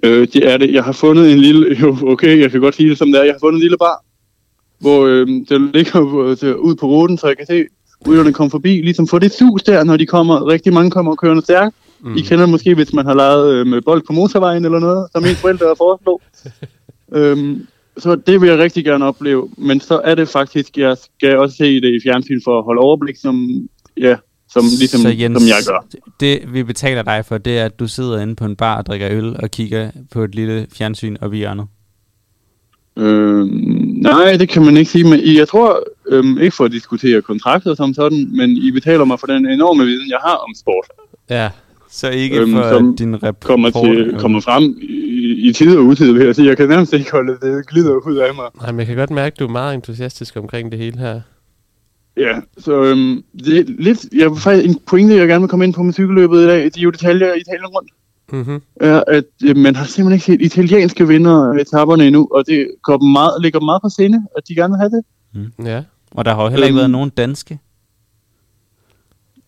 Øh, det er det. Jeg har fundet en lille... Jo, okay, jeg kan godt sige det som det er. Jeg har fundet en lille bar, hvor øh, den ligger på, øh, til, ud på ruten, så jeg kan se rygerne komme forbi. Ligesom få det sus der, når de kommer. Rigtig mange kommer kørende stærkt. Mm. I kender måske, hvis man har leget øh, med bold på motorvejen eller noget, som ens forældre har foreslået. øhm, så det vil jeg rigtig gerne opleve. Men så er det faktisk, jeg skal også se det i fjernsyn for at holde overblik, som, ja, som, ligesom,
Så Jens,
som jeg gør.
Det, vi betaler dig for, det er, at du sidder inde på en bar og drikker øl og kigger på et lille fjernsyn oppe i hjørnet.
Øh, nej, det kan man ikke sige, men I- jeg tror øhm, ikke for at diskutere kontrakter som sådan, men I betaler mig for den enorme viden, jeg har om sport.
Ja.
Så ikke øhm,
Øhm,
for
som
din rapport.
Kommer, til, kommer frem i, i tid og utid, vil jeg sige. Jeg kan nærmest ikke holde det, det glider ud af mig.
Nej, men jeg kan godt mærke, at du er meget entusiastisk omkring det hele her.
Ja, så øhm, det er lidt, jeg vil faktisk en pointe, jeg gerne vil komme ind på med cykelløbet i dag, det er jo detaljer i Italien rundt,
Mm-hmm.
er, at øh, man har simpelthen ikke set italienske vinder af etaperne endnu, og det går dem meget, ligger dem meget på sinde, at de gerne vil have det.
Ja.
Og der har jo heller ikke
Øhm,
været nogen danske.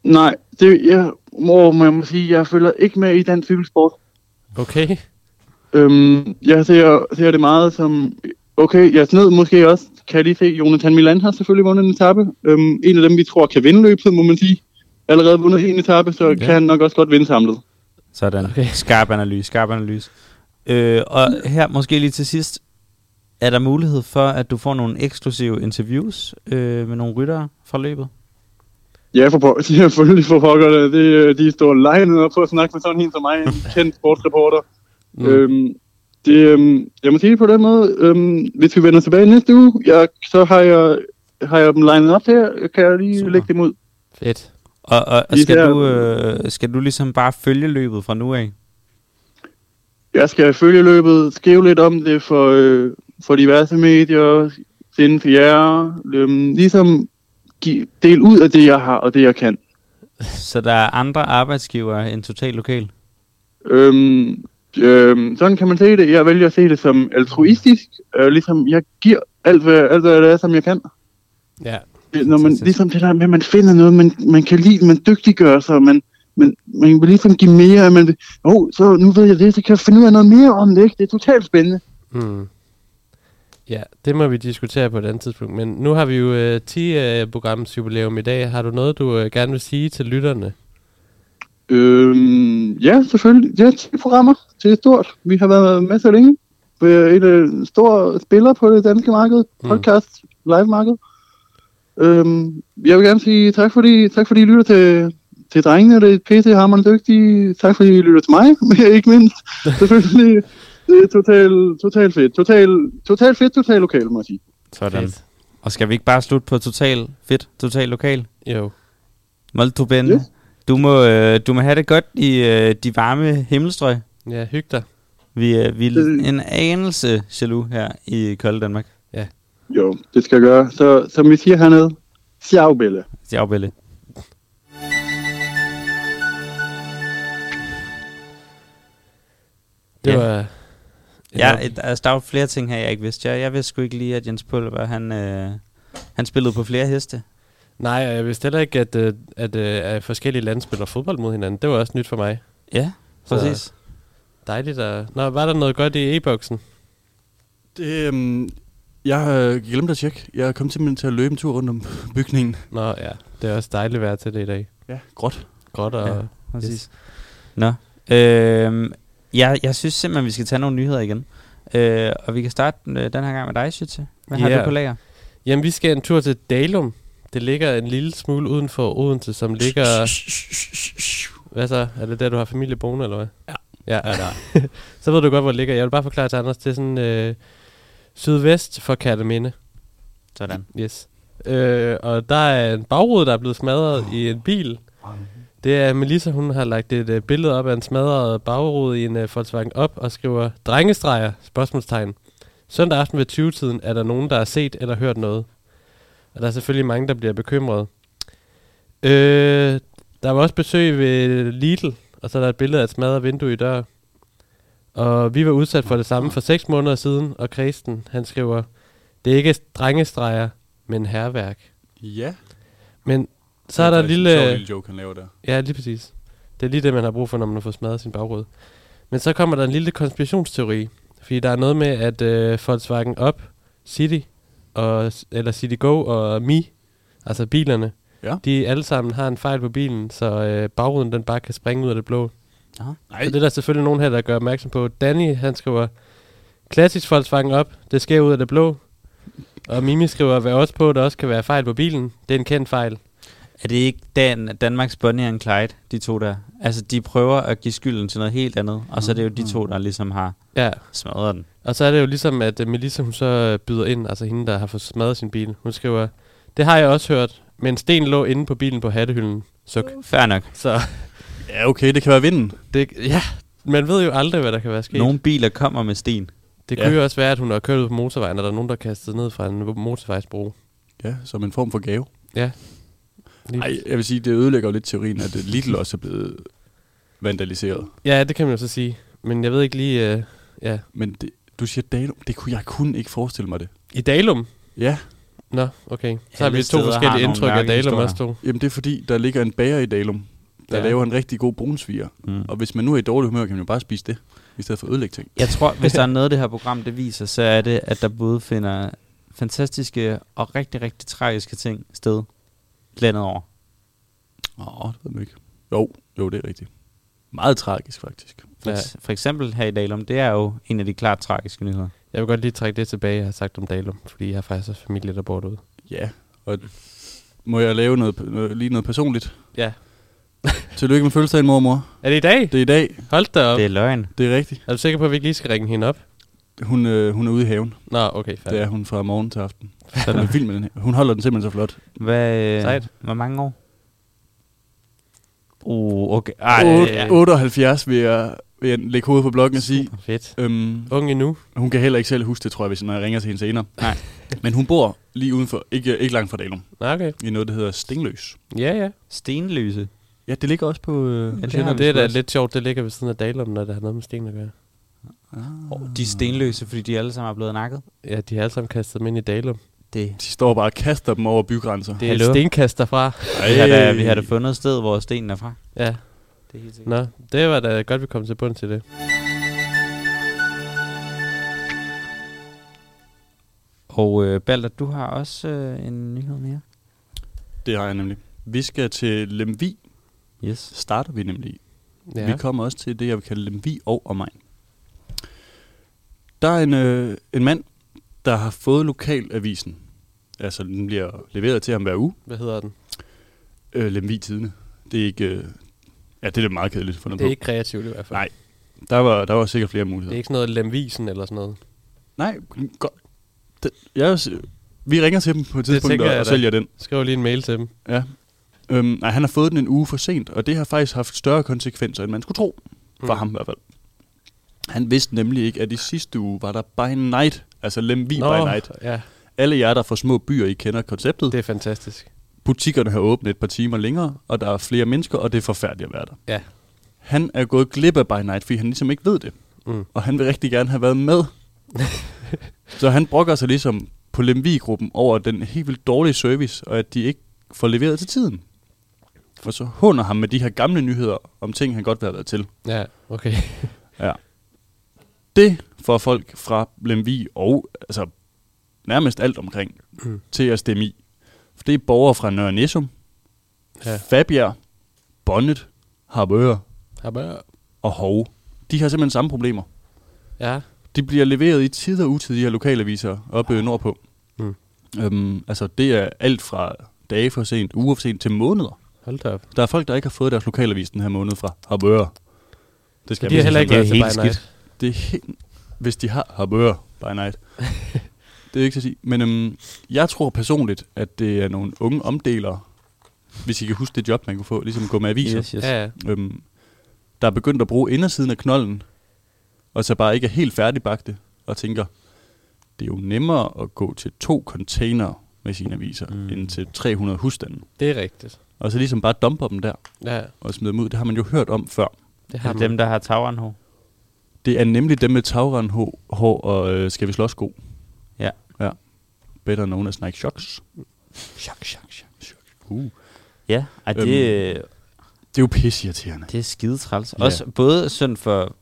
Nej, det, jeg, må, må jeg må sige, jeg følger ikke med i den cykelsport.
Okay.
Øhm, jeg ser, ser det meget som... Okay, jeg sned måske også. Kan lige se, Jonathan Milan har selvfølgelig vundet en etape. Øhm, en af dem, vi tror kan vinde løbet, må man sige. Allerede vundet en etape, så ja. kan han nok også godt vinde samlet.
Sådan. Okay.
Okay.
Skarp analyse, skarp analyse. Øh, og her måske lige til sidst, er der mulighed for, at du får nogle eksklusive interviews øh, med nogle ryttere fra løbet?
Ja, for pokker, selvfølgelig for pokker. Det, øh, de står legnet op på at snakke med sådan en som mig, en kendt sportsreporter.
Mm.
Mm. Øhm, det, øhm, jeg må sige det på den måde, øhm, hvis vi vender tilbage næste uge, jeg, så har jeg, har jeg dem legnet op her, kan jeg lige
Super.
Super. lægge dem ud.
Fedt.
Og, og, og
Lige
skal,
der-
du, øh, skal du ligesom bare følge løbet fra nu af?
Jeg skal følge løbet, skrive lidt om det for, øh, for diverse medier, sende til jer, øhm, ligesom give, del ud af det, jeg har og det, jeg kan.
Så der er andre arbejdsgivere end Total Lokal?
Øhm, øhm, sådan kan man se det. Jeg vælger at se det som altruistisk, øh, ligesom jeg giver alt, hvad, alt, hvad det er, som jeg kan.
Ja.
Det- Når man,
Fantastisk.
ligesom det der med, at man finder noget, man, man kan lide, man dygtiggør sig, man, man, man vil ligesom give mere, og man vil, oh, så nu ved jeg det, så kan jeg finde ud af noget mere om det, ikke? Det er totalt spændende.
Mm. Ja, det må vi diskutere på et andet tidspunkt. Men nu har vi jo øh, 10-programmets jubilæum i dag. Har du noget, du øh, gerne vil sige til lytterne?
Øhm, ja, selvfølgelig. Ja, 10 programmer. Det er stort. Vi har været med så længe. Vi er et øh, stort spiller på det danske marked.
Mm.
Podcast, live marked. Øhm, jeg vil gerne sige tak, fordi, tak fordi I lytter til, til drengene. Det er pisse hammerne dygtige. Tak fordi I lytter til mig, men ikke mindst. Selvfølgelig. Det er totalt total fedt. Total, total fedt, total lokal, må jeg sige.
Sådan. Og skal vi ikke bare slutte på total fedt, total lokal?
Jo.
Molto bene.
Ja.
Du, må, øh, du må have det godt i øh, de varme himmelstrøg.
Ja, hyg dig.
Vi er, vi
Øh.
er en anelse jaloux her i Kolde Danmark.
Jo, det skal jeg gøre. Så som vi siger hernede, sjov, Bella.
Ciao, Belle.
Det
Ja.
var... et
Ja,
op-
et- altså, der er jo flere ting her, jeg ikke vidste. Jeg, jeg vidste sgu ikke lige, at Jens Pulver, han, øh, han spillede på flere heste.
Nej, og jeg vidste heller ikke, at, øh, at, øh, at forskellige lande spiller fodbold mod hinanden. Det var også nyt for mig.
Ja,
Så-
præcis.
Dejligt at... Nå, var der noget godt i e-boksen?
Det, øhm, jeg har glemt at tjekke. Jeg kom simpelthen til at løbe en tur rundt om bygningen.
Nå, ja. Det er også dejligt at være til det i dag.
Ja, gråt.
Godt og...
Ja. Præcis. Yes. Nå. Øhm, jeg, jeg synes simpelthen, vi skal tage nogle nyheder igen. Øh, og vi kan starte øh, den her gang med dig, Sjøtse. Hvad yeah. har
Ja.
du på lager?
Jamen, vi skal en tur til Dalum. Det ligger en lille smule uden for Odense, som ligger... Hvad så? Er det der, du har familie boende, eller hvad? Ja. Ja, ja der. så ved du godt, hvor det ligger. Jeg vil bare forklare til Anders, det er sådan øh, sydvest for Kataminde.
Sådan.
Yes. Øh, og der er en bagrude, der er blevet smadret i en bil. Det er Melissa, hun har lagt et øh, billede op af en smadret bagrude i en øh, Volkswagen op og skriver, drengestreger, spørgsmålstegn. Søndag aften ved 20-tiden er der nogen, der har set eller hørt noget. Og der er selvfølgelig mange, der bliver bekymrede. Øh, der var også besøg ved Lidl, og så er der et billede af et smadret vindue i dør. Og vi var udsat for det samme for 6 måneder siden, og Kristen, han skriver, det er ikke drengestreger, men herværk.
Ja.
Men så er der en
faktisk
lille...
sjov lille joke, han laver der.
Ja, lige præcis. Det er lige det, man har brug for, når man har fået smadret sin bagrude. Men så kommer der en lille konspirationsteori. Fordi der er noget med, at øh, Volkswagen Up, City, og, eller City Go og Mi, altså bilerne,
Ja.
de alle sammen har en fejl på bilen, så øh, bagruden den bare kan springe ud af det blå.
Nej,
Så det er der selvfølgelig nogen her, der gør opmærksom på. Danny, han skriver, klassisk Volkswagen op, det sker ud af det blå. Og Mimi skriver, vær også på, at der også kan være fejl på bilen. Det er en kendt fejl.
Er det ikke Dan, Danmarks Bonnie and Clyde, de to der? Altså, de prøver at give skylden til noget helt andet, og så er det jo de to, der ligesom har
Ja,
smadret den.
Og så er det jo ligesom, at øh, Melissa hun så øh, byder ind, altså hende, der har fået smadret sin bil. Hun skriver, det har jeg også hørt, men sten lå inde på bilen på hattehylden. Suk.
Fair nok.
Så
ja, okay, det kan være vinden.
det, ja, man ved jo aldrig, hvad der kan være sket.
Nogle biler kommer med sten.
det
ja.
kunne jo også være, at hun har kørt ud på motorvejen, og der er nogen, der er kastet ned fra en motorvejsbro.
Ja, som en form for gave.
Ja. Lige-
Nej, jeg vil sige, det ødelægger jo lidt teorien, at øh, Lidl også er blevet vandaliseret.
Ja, det kan man jo så sige. Men jeg ved ikke lige... Øh, ja.
Men det, du siger Dalum, det kunne jeg kun ikke forestille mig det.
I Dalum?
Ja,
Nå, okay. Så har
Alle
vi to
steder har
forskellige
nogle
indtryk af Dalum
mærkehistorier.
også to.
jamen det er fordi, der ligger en bager i Dalum, der
Ja.
ja. laver en rigtig god brunsviger.
Mm.
Og hvis man nu er i dårlig humør, kan man jo bare spise det, i stedet for at ødelægge ting.
Jeg tror, hvis der er noget, det her program det viser, så er det, at der både finder fantastiske og rigtig, rigtig tragiske ting sted landet over.
Åh, det ved man ikke. Jo, jo, det er rigtigt. Meget tragisk, faktisk.
For,
Ja.
ja. for eksempel her i Dalum, det er jo en af de klart tragiske nyheder.
Jeg vil godt lige trække det tilbage, jeg har sagt om Dalum, fordi jeg har faktisk også familie, der bor derude.
Ja, og må jeg lave noget, noget lige noget personligt?
Ja.
Tillykke med fødselsdagen, mormor.
Er det i dag?
Det er i dag,
Hold da op.
Det er løgn.
det er rigtigt.
Er du sikker på, at vi ikke lige skal ringe hende op?
Hun, øh, hun er ude i haven.
Nå, okay,
Ja.
fair.
Det er hun fra morgen til aften. Hun
Sådan.
er vild med den her. Hun holder den simpelthen så flot.
Hvad, øh,
Sejt.
Hvor mange år? Uh, okay. Ej,
Ot- 78 vil jeg, vil jeg lægge hovedet på blokken og sige.
Fedt.
Øhm,
Ung endnu.
hun kan heller ikke selv huske det, tror jeg, hvis når jeg ringer til hende senere.
Nej.
Men hun bor lige udenfor, ikke, ikke langt fra Dalum,
Nå, okay.
i noget, der hedder Stingløs.
Ja, ja.
stenløse.
Ja, det ligger også på... Øh,
det
Sjælland.
har
Det, det er
sgu
da
også.
lidt sjovt, det ligger ved siden af Dalum, når det har noget med sten at gøre.
Oh, de er stenløse, fordi de alle sammen er blevet nakket.
Ja, de har alle sammen kastet dem ind i Dalum.
Det.
De står bare og kaster dem over bygrænser.
Det er et
Hallo?
stenkast derfra.
Vi, har da, vi har da fundet et sted, hvor stenen er fra.
Ja.
Det er helt sikkert.
Nå, det var da godt, vi kom til bund til det.
Og øh, Balder, du har også øh, en nyhed mere.
Det har jeg nemlig. Vi skal til Lemvi,
Yes.
starter vi nemlig i. Ja. Vi
Ja.
kommer også til det, jeg vil kalde Lemvi og omegn. Der er en, øh, en mand, der har fået lokalavisen. Altså, den bliver leveret til ham hver uge.
Hvad hedder den?
Øh, Lemvi Tidene. Det er ikke... Øh, ja, det er da meget kedeligt fundet
Det er
på.
ikke kreativt i hvert fald.
Nej. Der var, der var sikkert flere
Det
muligheder.
er ikke sådan noget lemvisen eller sådan noget.
Nej, godt. Det, jeg, er jo s- vi ringer til dem på et tidspunkt
tænker
og,
jeg
og
da.
sælger den.
Skriv lige en mail til dem.
Ja. Øhm, nej, han har fået den en uge for sent, og det har faktisk haft større konsekvenser, end man skulle tro.
Mm.
For mm. ham i hvert fald. Han vidste nemlig ikke, at i sidste uge var der by night, altså Lemvi Nå. by night.
ja,
Alle jer, der fra små byer, I kender konceptet.
det
Det.
er fantastisk.
Butikkerne har åbnet et par timer længere, og der er flere mennesker, og det er forfærdeligt at være der.
Ja.
Han er gået glip af by night, fordi han ligesom ikke ved det.
Mm.
Og han vil rigtig gerne have været med. så han brokker sig ligesom på Lemvi-gruppen over den helt vildt dårlige service, og at de ikke får leveret til tiden. Og så hunder ham med de her gamle nyheder om ting, han godt vil have været til.
Ja, okay.
Ja. Det får folk fra Lemvi og altså, nærmest alt omkring
Mm.
mm. til at stemme i. For det er borgere fra Nørre Nissum,
Ja.
ja. Fabjerg, Bonnet, Harbøre
Harbør.
og Hove. De har simpelthen samme problemer.
Ja.
De bliver leveret i tid og utid, de her lokalaviser oppe øh, nordpå.
Mm.
Mm. Øhm, altså det er alt fra dage for sent, uger for sent til måneder.
Hold da op.
Der er folk, der ikke har fået deres lokalavis den her måned fra Harbøre. Det
De har heller ikke
det er
været til
helt
By Night.
Altså, Det er helt, hvis de har harbøger by night. det er ikke til at sige. Men øhm, jeg tror personligt, at det er nogle unge omdelere, hvis I kan huske det job, man kunne få, ligesom gå med aviser,
Yes, yes.
Ja, ja.
øhm, der er begyndt at bruge indersiden af knolden, og så bare ikke er helt færdigbagte, og tænker, det er jo nemmere at gå til to container med sine aviser, mm. end til 300 husstande.
Det er rigtigt.
Og så ligesom bare dumper dem der,
Ja,
og smider dem ud. Det har man jo hørt om før.
det har
Er det
man.
dem, der har tagrandhår?
Det er nemlig dem med tagrandhår hår og øh, skal vi slås sko.
Ja.
Ja. Better known as Nike Shocks.
Chok, chok, chok.
Uh.
Ja, og det, øhm.
Det er jo pisseirriterende.
det er skide træls.
Ja.
Ja. Også både synd for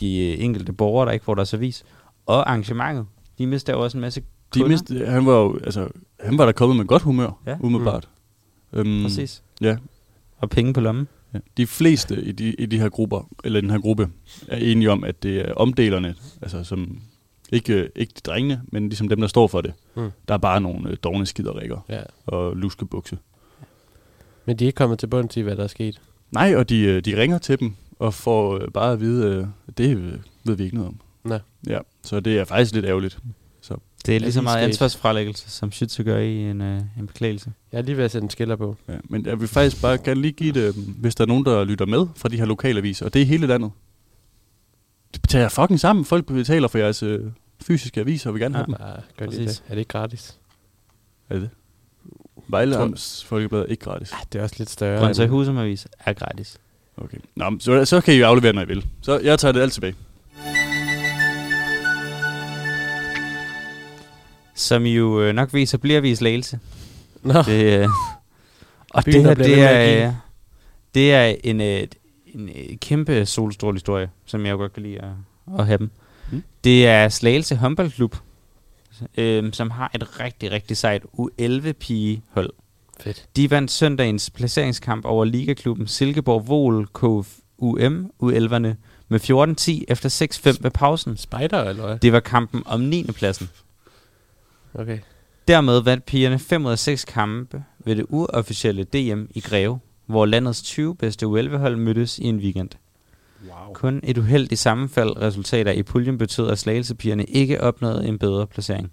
de øh, enkelte borgere, der ikke får deres avis, og arrangementet. De mister jo også en masse
De
kunder.
mist, han var jo, altså, han var der kommet med godt humør,
Ja.
umiddelbart. Mm. Øhm,
Præcis.
Ja.
Og penge på lommen.
ja. De fleste i de, i de her grupper, eller i den her gruppe, er enige om, at det er omdelerne, altså som, ikke, øh, ikke de drengene, men ligesom dem, der står for det.
Mm.
Mm. Der er bare nogle øh, dogne skiderikker
Ja.
og luskebukse.
Men de er ikke kommet til bunds i, hvad der er sket.
Nej, og de, øh, de ringer til dem og får øh, bare at vide, øh, det øh, ved vi ikke noget om.
Nej.
Ja, så det er faktisk lidt ærgerligt. Så
Det
Ja,
er lige så
lige
meget
skægt.
ansvarsfralæggelse, som Schütze gør i en, øh, en beklagelse.
Jeg er lige ved at sætte en skiller på.
Ja, men jeg vil faktisk bare gerne lige give det, øhm, hvis der er nogen, der lytter med fra de her lokalaviser, og det er i hele landet. Det tager fucking sammen. Folk betaler for jeres øh, fysiske aviser og vil gerne ja. have dem.
Bare gør lige
Præcis.
det. Er det ikke gratis?
Er det det? Vejle
Tror-
Amts Folkeblad er ikke gratis.
Ah, det er også lidt større.
Grøntsager
end-
Husum Avis er gratis.
Okay. Nå, men så, så kan I jo aflevere, når I vil. Så jeg tager det alt tilbage.
Som I jo øh, nok ved, så bliver vi i slagelse.
Nå,
Det, øh, og
Byen,
det
der bliver
her, det
ved med at
er,
give.
øh, det er en, øh, en øh, kæmpe solstrålehistorie, som jeg jo godt kan lide at, at have dem.
Mm.
Mm. Det er Slagelse håndboldklub, øh, som har et rigtig, rigtig sejt U11-pigehold.
fedt.
De vandt søndagens placeringskamp over ligaklubben Silkeborg Vol KUM U11'erne med 14-10 efter 6-5 ved pausen.
Spider, eller hvad?
Det var kampen om 9. pladsen.
Okay.
Dermed vandt pigerne 5 ud af 6 kampe ved det uofficielle DM i Greve, hvor landets 20 bedste U11-hold mødtes i en weekend. Wow. Kun et uheldigt sammenfald resultater i puljen betød, at slagelsepigerne ikke opnåede en bedre placering.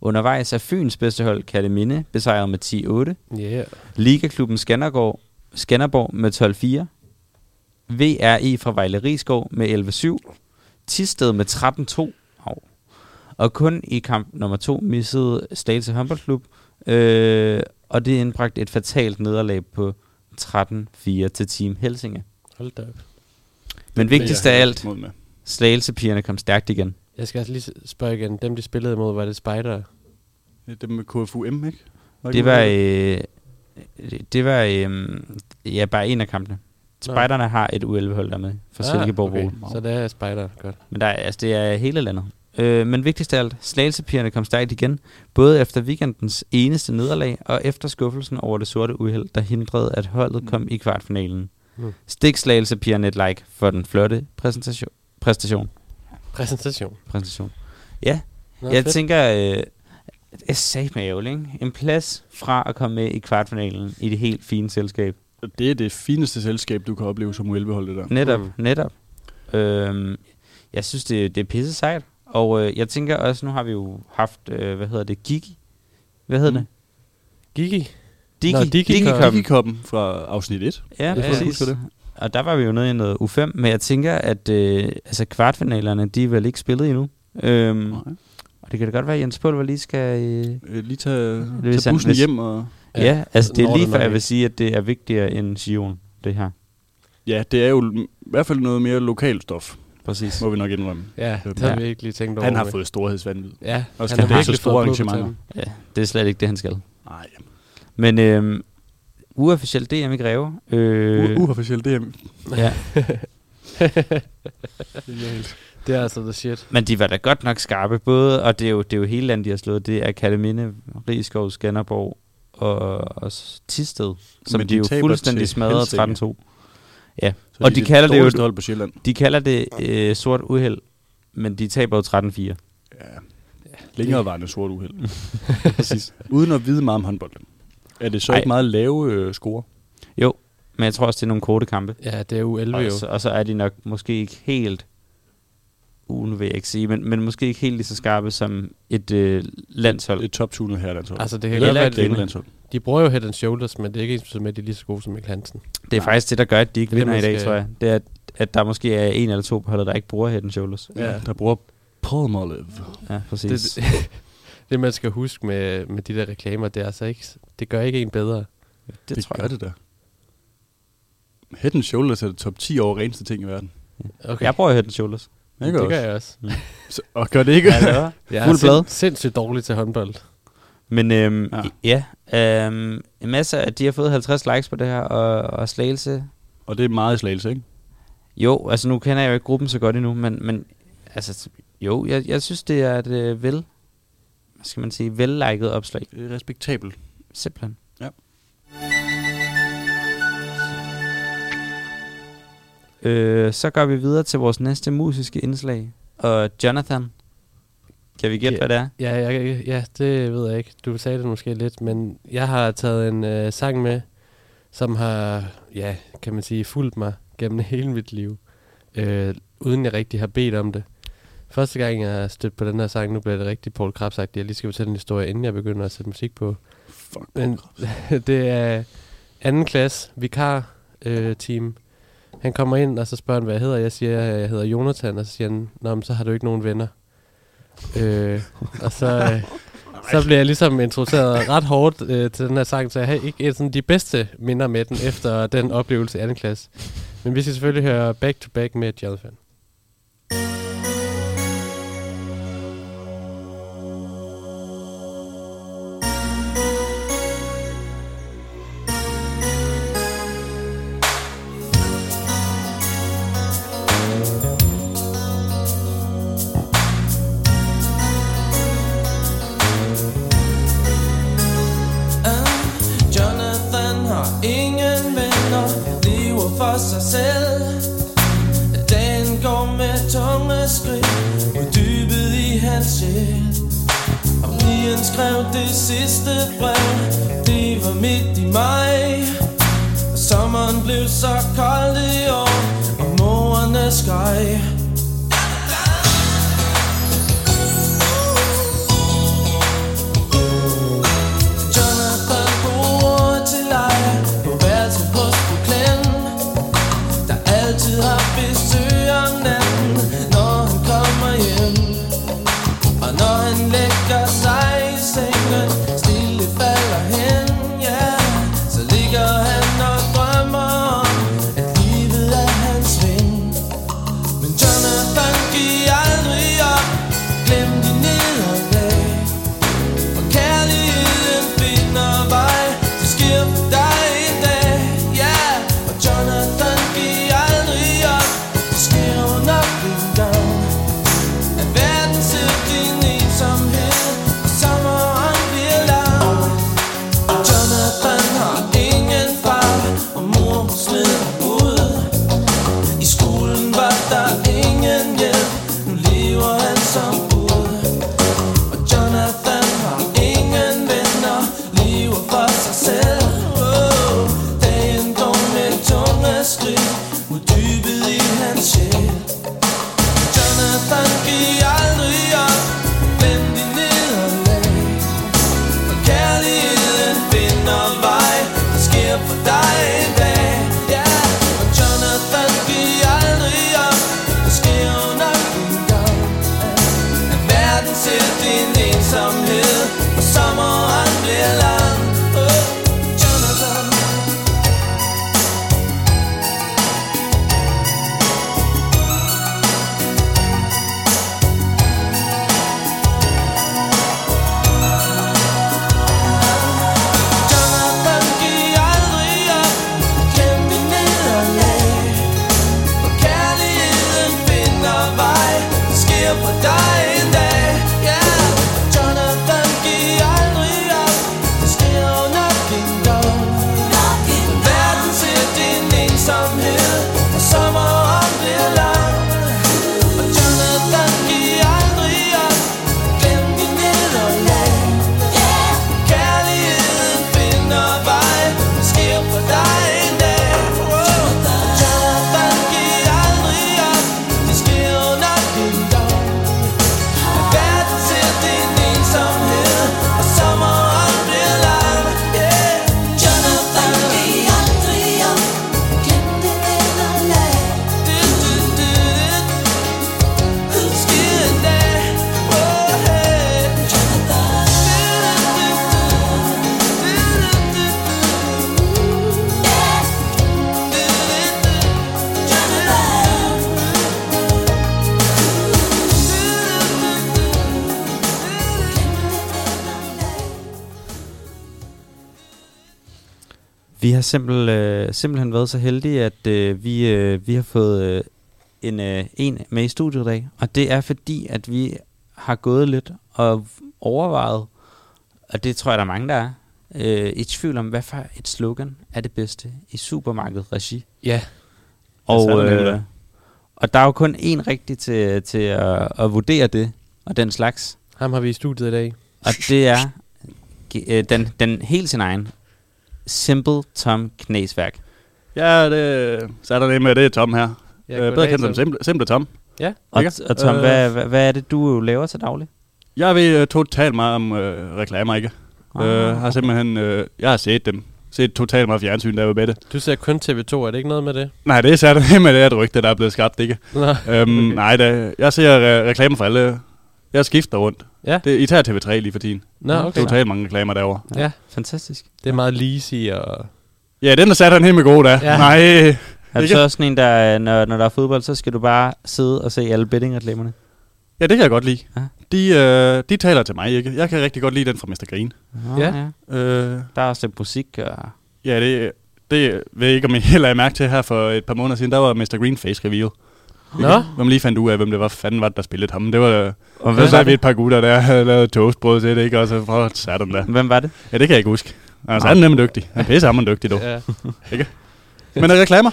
Undervejs er Fyns bedste hold, Kalle besejret med 10-8,
Ja. Yeah.
Ligaklubben Skanderborg, Skanderborg med 12-4. VRE E fra Vejle Rigskov med 11-7. Tisted med 13-2. Au. Og kun i kamp nummer to missede Slagelse håndboldklub. Øh, og det indbragte et fatalt nederlag på 13-4 til Team Helsinge.
Hold da op.
Men vigtigst af alt,
Mod med.
Slagelsepigerne kom stærkt igen.
Jeg skal også lige spørge igen. Dem, de spillede imod, var det Spider?
Det er dem med KFUM, ikke? ikke
Det var,
noget,
øh, det var øh, ja, bare en af kampene. Spejderne har et U11-hold der med for Silkeborg
Ah, okay.
okay.
Så det er Spider. Godt.
Men der, er- altså, det er hele landet. Øh, men vigtigst af alt, slagelsepigerne kom stærkt igen, både efter weekendens eneste nederlag og efter skuffelsen over det sorte uheld, der hindrede, at holdet kom i kvartfinalen.
Mm.
Stik slagelsepigerne et like for den flotte præsentation. Præstation.
Præsentation.
præsentation. Ja,
Nå,
jeg
fedt.
tænker, øh, det er sat med ærgerligt, ikke? En plads fra at komme med i kvartfinalen i det helt fine selskab.
Og Det er det fineste selskab, du kan opleve som uelbehold, det der.
Netop,
Mm.
mm. netop. Øhm, jeg synes, det, det er pisse sejt. Og øh, jeg tænker også, nu har vi jo haft, øh, hvad hedder det, Gigi? Hvad hedder mm.
Mm.
det?
Gigi.
Digi,
Nå, Digi
Digi
Cup.
Cup.
Digikoppen fra afsnit 1.
Ja,
tror jeg, jeg
præcis.
husker det.
Og der var vi jo nede i noget U5, men jeg tænker, at øh, altså kvartfinalerne, de er vel ikke spillet endnu. Øhm,
Nej.
og det kan da godt være, at Jens Pulver lige skal... Øh,
Øh, lige tage,
Hvis
tage
han-
bussen
hvis-
hjem og...
Ja,
ja, ja, altså det
når
er lige
det
før,
nok
jeg vil
ikke.
sige, at det er vigtigere end Sion, det her.
Ja, det er jo i hvert fald noget mere lokalt stof,
Præcis.
må vi nok indrømme.
Ja, det
Ja.
har vi ikke lige tænkt over.
Han har
med.
fået storhedsvandvid.
Ja,
Og skal
han
det
har
ikke
virkelig
så store
fået blod på
arrangementer?
tanden.
Ja, det er slet ikke det, han skal.
Nej,
Men øh, uofficielt DM i Greve. Øh,
U- uofficielt DM.
ja.
Det er altså the shit.
Men de var da godt nok skarpe, både, og det er jo, det er jo hele landet, de har slået. Det er Kalaminde, Rigskov, Skanderborg og, og s- Tisted, som
Men
Men
de
de, jo
taber
fuldstændig
til
smadrede
Helsinge.
13-2. Og de kalder det jo-
dårligste hold på Sjælland.
De kalder det øh, sort uheld, men de taber jo 13-4.
Ja. Længerevarende sort uheld. Præcis. Uden at vide meget om håndbold. Er det så
Ej.
ikke meget lave øh, score?
Jo, men jeg tror også, det er nogle korte kampe.
Ja, det er jo 11
Og
jo.
så, og så er de nok måske ikke helt, uh, nu vil jeg ikke sige, men, men måske ikke helt lige så skarpe som et øh, landshold.
Et toptunet her landshold.
Altså, det kan
Eller
godt være,
et
at de,
kvindelandshold.
de bruger jo head and shoulders, men det er ikke ens med, at de er lige så gode som Mikkel Hansen.
Det er faktisk det, der gør, at de ikke
Det er det,
vinder i
man
dag,
skal-
tror jeg. Det er, at, at der måske er en eller to på holdet, der ikke bruger head and shoulders.
Ja, der bruger Palmolive.
Ja, præcis.
Det,
Det,
det, man skal huske med, med de der reklamer, det, er altså ikke, det gør ikke en bedre.
det, det, tror
gør
jeg.
det der. Head and Shoulders er det top 10 over reneste ting i verden.
Okay,
Jeg bruger head and shoulders.
Jeg
det gør
også.
jeg også.
Så- Og gør det ikke?
Jeg
Fuld plade.
sind, sindssygt dårlig til håndbold.
Men øhm,
Ja.
ja, ja øhm, en masse af, de har fået 50 likes på det her, og, og slagelse.
Og det er meget i slagelse, ikke?
Jo, altså nu kender jeg jo ikke gruppen så godt endnu, men, men altså, jo, jeg, jeg synes, det er et øh, vel, hvad skal man sige, velliket opslag.
Det er respektabelt.
Simpelthen.
Ja.
Øh, så går vi videre til vores næste musiske indslag. Og Jonathan, kan vi gætte,
Ja.
hvad det er?
Ja, jeg, ja, det ved jeg ikke. Du sagde det måske lidt, men jeg har taget en øh, sang med, som har, ja, kan man sige, fulgt mig gennem hele mit liv, øh, uden jeg rigtig har bedt om det. Første gang, jeg stødte på den her sang, nu bliver det rigtig Paul Krebs sagt, jeg lige skal fortælle en historie, inden jeg begynder at sætte musik på.
Fuck.
Men det er anden klasse, vikar øh, team. Han kommer ind, og så spørger han, hvad jeg hedder. Jeg siger, at jeg hedder Jonathan, og så siger han, Nå, men så har du ikke nogen venner. Øh, og så, øh, så bliver jeg ligesom introduceret ret hårdt øh, til den her sang, så jeg har ikke sådan, de bedste minder med den efter den oplevelse i anden klasse. Men vi skal selvfølgelig høre Back to Back med Jonathan.
Jonathan har ingen venner, lever for sig selv. Dagen går med tunge skridt, uddybet i hans sjæl. Om nieren skrev det sidste brev, det var midt i maj. Og Sommeren blev så kold i år, og morerne skreg. Jonathan bor til leje på værelset hos Brooklyn Der altid har besøg om natten, når han kommer hjem Og når han lægger sig i sengen, stille falder hen, ja Så ligger han og drømmer om, at livet er hans ven Men Jonathan
Vi har simpel, øh, simpelthen været så heldige, at øh, vi, øh, vi har fået øh, en, øh, en med i studiet i dag. Og det er fordi, at vi har gået lidt og overvejet, og det tror jeg, der er mange, der er, øh, i tvivl om, hvad for et slogan er det bedste i supermarkedet regi.
Ja.
så er
Og,
det nemlig
øh,
det.
og der er jo kun én rigtig til, til at, at vurdere det, og den slags.
Ham har vi i studiet i dag.
Og det er ge- øh, den, den helt sin egen Simple Tom Knæsværk.
Ja, det, så er der nemlig, det er Tom her.
Ja,
Ja, øh, bedre kendt som simple, simple Tom.
Ja.
Og,
Ikke?
og Tom, øh.
Øh.
hvad, hvad, hvad er det, du laver til daglig?
Jeg ved uh, totalt meget om øh, reklamer, ikke? Ah, øh, har simpelthen, øh, jeg har set dem. Set totalt meget fjernsyn, der var med det.
Du ser kun TV2, er det ikke noget med det?
Nej, det er særligt med det her rygte, der er blevet skabt, ikke?
Nej.
Øhm, okay. Nej, da, jeg ser øh, reklamer for alle. Jeg skifter rundt.
Ja.
Det, I tager TV3 lige for tiden.
Nå, okay.
Okay. Totalt mange reklamer derovre.
Ja,
Fantastisk.
det er meget leasy og...
Ja, den er sat han helt med god da.
Ja.
Ja. Nej,
Er du
Ikke?
så også sådan en, der, øh, når, når der er fodbold, så skal du bare sidde og se alle bettingreklamerne?
ja, det kan jeg godt lide.
Ja.
De, øh, de taler til mig, ikke? Jeg kan rigtig godt lide den fra Mr. Green.
Nå,
Ja.
Øh,
Der er også lidt musik og...
ja, det, det ved jeg ikke, om I heller er mærke til her for et par måneder siden. Der var Mr. Green Face Reveal.
Nå,
Hvor man lige fandt ud af, hvem det var, fanden var det, der spillede ham. Det var, øh, så
Og hvem,
sagde
var
vi
det?
et par gutter, der havde lavet toastbrød til det, ikke? Og så for sat dem der.
hvem var det?
Ja, det kan jeg ikke huske. Altså,
Nej.
han er nemlig dygtig. Han er pisse hammerende dygtig, dog.
ja.
Men er reklamer?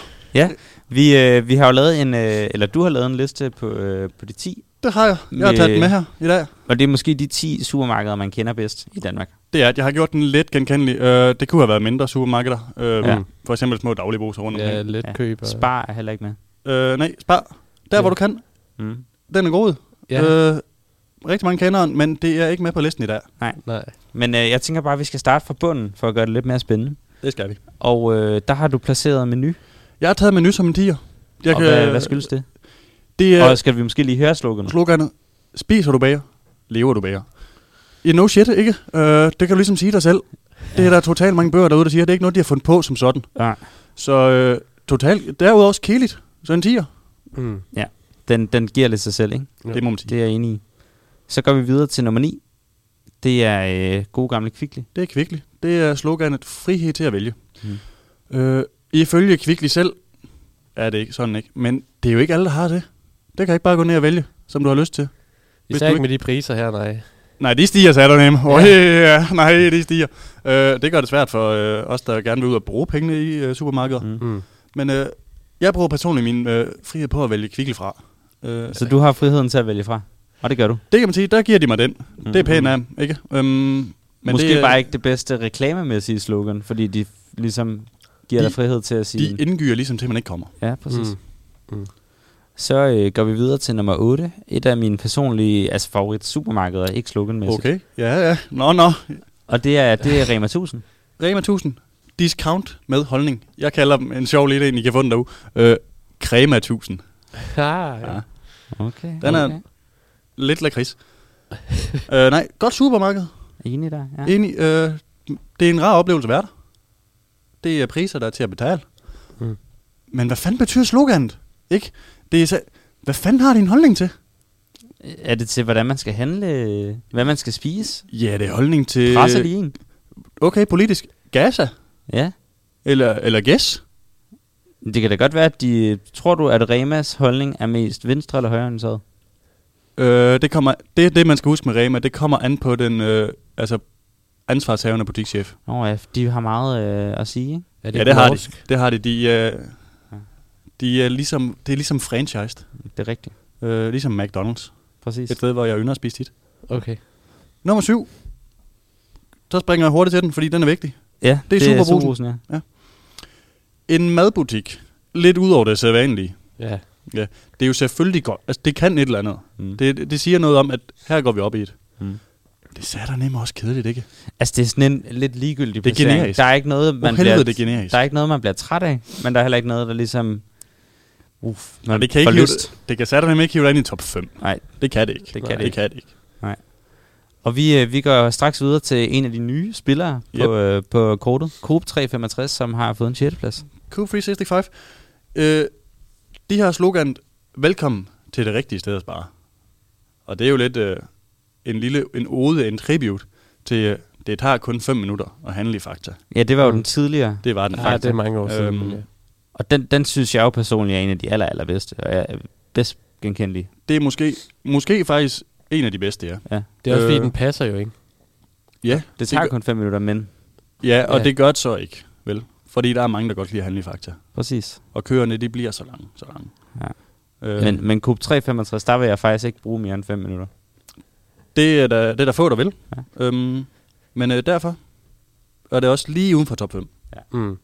Vi, øh, vi har jo lavet en... Øh, eller du har lavet en liste på, øh, på de 10.
Det har jeg. Jeg har taget den med her i dag.
Og det er måske de 10 supermarkeder, man kender bedst i Danmark.
Det er, at jeg har gjort den lidt genkendelig. Øh, det kunne have været mindre supermarkeder. Øh,
Ja.
ja. For eksempel små dagligboser rundt
ja
omkring.
let
Ja.
køb. Og...
Spar er heller ikke med.
Øh, nej, spar. Der,
Ja.
hvor du kan.
Mm.
Den er god.
Ja,
Øh, rigtig mange kender den, men det er ikke med på listen i dag.
nej.
Men øh, jeg tænker bare, at vi skal starte fra bunden, for at gøre det lidt mere spændende.
Det skal vi.
Og øh, der har du placeret menu.
Jeg har taget menu som en tiger. Jeg
og hvad, hvad skyldes det?
Det er
Og skal vi måske lige høre sloganet?
sloganet. Spiser du bager, lever du bager. Yeah, no shit, ikke? Øh, det kan du ligesom sige dig selv. Det er der totalt mange bøger derude, der siger, det er ikke noget, de har fundet på som sådan.
Nej.
Så øh, totalt, derudover også kedeligt. Så en tiger.
Mm.
Den, den giver lidt sig selv, ikke?
Ja.
Det må man sige.
Det er jeg enig i. Så går vi videre til nummer 9. Det er øh, gode gamle Kvickly.
Det er Kvickly. Det er sloganet frihed til at vælge.
Mm.
Mm. Øh, ifølge Kvickly selv er det ikke sådan ikke. Men det er jo ikke alle, der har det. Det kan ikke bare gå ned og vælge, som du har lyst til. Hvis
Især
du
ikke med de priser her, nej.
Nej, de stiger, sagde du nemlig. Oh, ja. Nej, de stiger. Øh, det gør det svært for øh, os, der gerne vil ud og bruge pengene i øh, supermarkeder.
Mm.
Mm.
Mm.
Men øh, jeg bruger personligt min øh, frihed på at vælge Kvickly fra. Øh,
Så Altså, du har friheden til at vælge fra. Og det gør du.
det kan man sige, der giver de mig den. Det er
Mm.
pænt af dem, ikke? Øhm, men
Men Måske
det,
det,
er-
bare ikke det bedste reklamemæssige slogan, fordi de f- ligesom giver
De-
dig frihed til at sige...
De indgyder ligesom til, at man ikke kommer.
ja, præcis.
Mm.
Mm. Så øh, går vi videre til nummer 8. Et af mine personlige altså favorit supermarkeder, ikke sloganmæssigt.
Okay, ja, ja. Nå, nå.
Og det er, det er Rema 1000.
Rema 1000. Discount med holdning. Jeg kalder dem en sjov lille en, I kan få den derude. Øh, crema 1000.
Ah, ja.
Ja.
Okay.
Den er-
okay.
Lidt lakrids. øh, nej, godt supermarked.
Enig der, ja.
Ja. Enig, øh, det er en rar oplevelse at være der. Det er priser, der er til at betale.
Mm.
Mm. Men hvad fanden betyder sloganet? Ikke? Det er så, hvad fanden har de en holdning til?
Er det til, hvordan man skal handle, hvad man skal spise?
Ja, det er holdning til...
Presser de en?
Okay, politisk. Gaza?
Ja.
Eller, eller gæs?
Det kan da godt være, at de... Tror du, at Remas holdning er mest venstre eller højre orienteret?
Øh, det, kommer, det er det, man skal huske med Rema. Det kommer an på den øh, altså, ansvarshavende butikschef.
Nå oh, ja, de har meget øh, at sige, ikke?
Er
Det ja, det har, de.
norsk?
det har de. de øh,
Ja.
de er ligesom, det er ligesom franchised.
Det er rigtigt.
Øh, ligesom McDonald's.
Præcis.
Et sted, hvor jeg ynder at spise tit.
Okay.
Nummer syv. Så springer jeg hurtigt til den, fordi den er vigtig.
Ja,
det er Superbrugsen.
Superbrugsen, ja.
En madbutik. Lidt ud over det sædvanlige.
Ja.
Det er jo selvfølgelig godt. Altså, det kan et eller andet.
Mm. Det.
Det, det siger noget om, at her går vi op i et.
Mm.
Mm. Det satte nemlig også kedeligt, ikke?
Altså, det er sådan en lidt ligegyldig
Det er
placering.
generisk.
Der er ikke noget, man
Man helvede,
bliver,
det er generisk.
der er ikke noget, man bliver træt af, men der er heller ikke noget, der ligesom... Uff, man
Nej, det kan ikke
får
hive,
lyst.
det kan satte nemlig ikke hive dig ind i top 5.
Nej,
Det kan det ikke.
det
Nej.
kan det
Det
ikke.
kan det ikke.
Og vi, øh, vi går straks videre til en af de nye spillere yep.
Yep.
på, øh, på kortet. Coop 365, som har fået en 6. plads.
Q365. Øh, de har slogan, velkommen til det rigtige sted at spare. Og det er jo lidt øh, en lille en ode, en tribute til øh, Det tager kun 5 minutter at handle i Fakta.
Ja, det var jo
Mm.
den tidligere.
Det var den
Ja,
faktisk.
det er mange år siden.
Øhm,
men ja.
Og den, den synes jeg jo personligt er en af de aller, allerbedste, og jeg er bedst genkendelig.
Det er måske, måske faktisk en af de bedste, ja.
Det er også fordi,
øh,
den passer jo ikke.
Ja,
Det tager
gør-
kun fem minutter, men
ja og
Ja.
ja. det gør det så ikke, vel? Fordi der er mange, der godt kan lide at handle i Fakta.
præcis.
Og køerne, de bliver så lange, så lange.
Ja.
Øh,
Øh. Men, men Coop 365, der vil jeg faktisk ikke bruge mere end 5 minutter.
Det er der, det er der få, der vil. Ja. Øhm, men øh, derfor er det også lige uden for top 5.
Mm.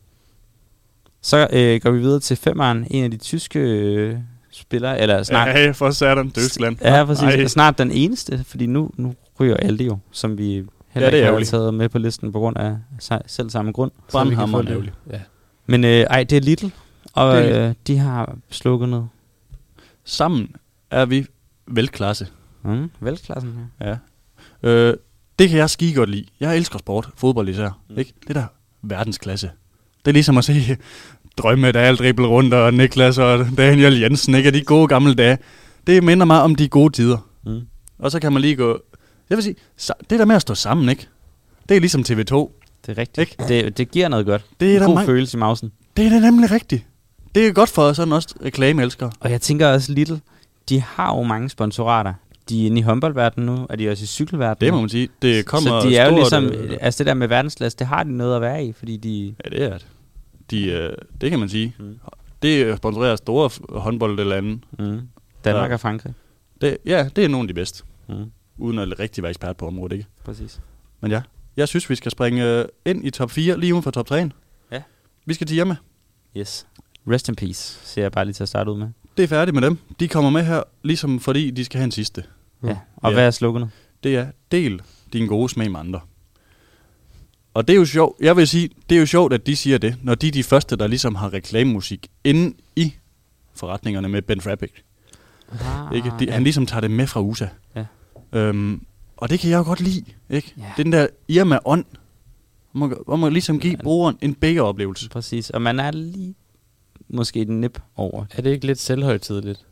Så øh, går vi videre til femmeren, en af de tyske øh, spillere, eller snart...
Ja, for satan, Tyskland.
Ja, præcis.
Ej.
Og snart den eneste, fordi nu, nu ryger Aldi jo, som vi heller
det er
ikke har
ærgerligt.
taget med på listen på grund af se- selv samme grund.
Så vi kan få
Brandhammer
det.
ærgerlig.
Ja.
Men øh, ej, det er Little, og
Det er
øh, de har slukket ned.
Sammen er vi velklasse.
Mm, velklassen her.
Ja. Øh, det kan jeg skide godt lide. Jeg elsker sport, fodbold især. Mm. Ikke? Det der verdensklasse. Det er ligesom at se drømme, der er alt dribbel rundt, og Niklas og Daniel Jensen, ikke? Og de gode gamle dage. Det minder mig om de gode tider.
Mm.
Og så kan man lige gå... Jeg vil sige, sa- det der med at stå sammen, ikke? Det er ligesom TV2.
Det er rigtigt. Ikke? Det, det giver noget godt.
Det er
en
der
god
mange-
følelse i mausen.
Det er da nemlig rigtigt. Det er godt for sådan også reklameelskere.
Og jeg tænker også, Little, de har jo mange sponsorater. De er inde i håndboldverdenen nu, og de er også i cykelverdenen.
Det må man sige. Det kommer
Mm. Så de er jo
stort,
ligesom,
øh,
altså det der med verdensklasse, det har de noget at være i, fordi de...
Ja, det er det. De, øh, det kan man sige.
Mm.
Det øh, sponsorerer store f- håndboldlande.
Mm, Danmark
Ja.
ja. og Frankrig.
Det, ja, det er nogle af de bedste.
Mm.
Uden at rigtig være ekspert på området, ikke?
Præcis.
Men ja, jeg synes, vi skal springe øh, ind i top 4, lige uden for top 3.
Ja.
Vi skal til hjemme.
Yes. Rest in peace, siger jeg bare lige til at starte ud med.
Det er færdigt med dem. De kommer med her, ligesom fordi de skal have en sidste.
Mm.
Ja. Og
Ja.
hvad er sloganet?
det er, del din gode smag med andre. Og det er jo sjovt, jeg vil sige, det er jo sjovt, at de siger det, når de er de første, der ligesom har reklamemusik inde i forretningerne med Ben Frappik.
Ah,
Ikke? De, han ligesom tager det med fra USA.
Ja.
Øhm, og det kan jeg jo godt lide, ikke?
Ja.
Det er Den der Irma ånd, hvor man- hvor man ligesom give brugeren en bægeroplevelse.
Præcis. Og man er lige måske et nip over.
Er det ikke lidt selvhøjtidligt?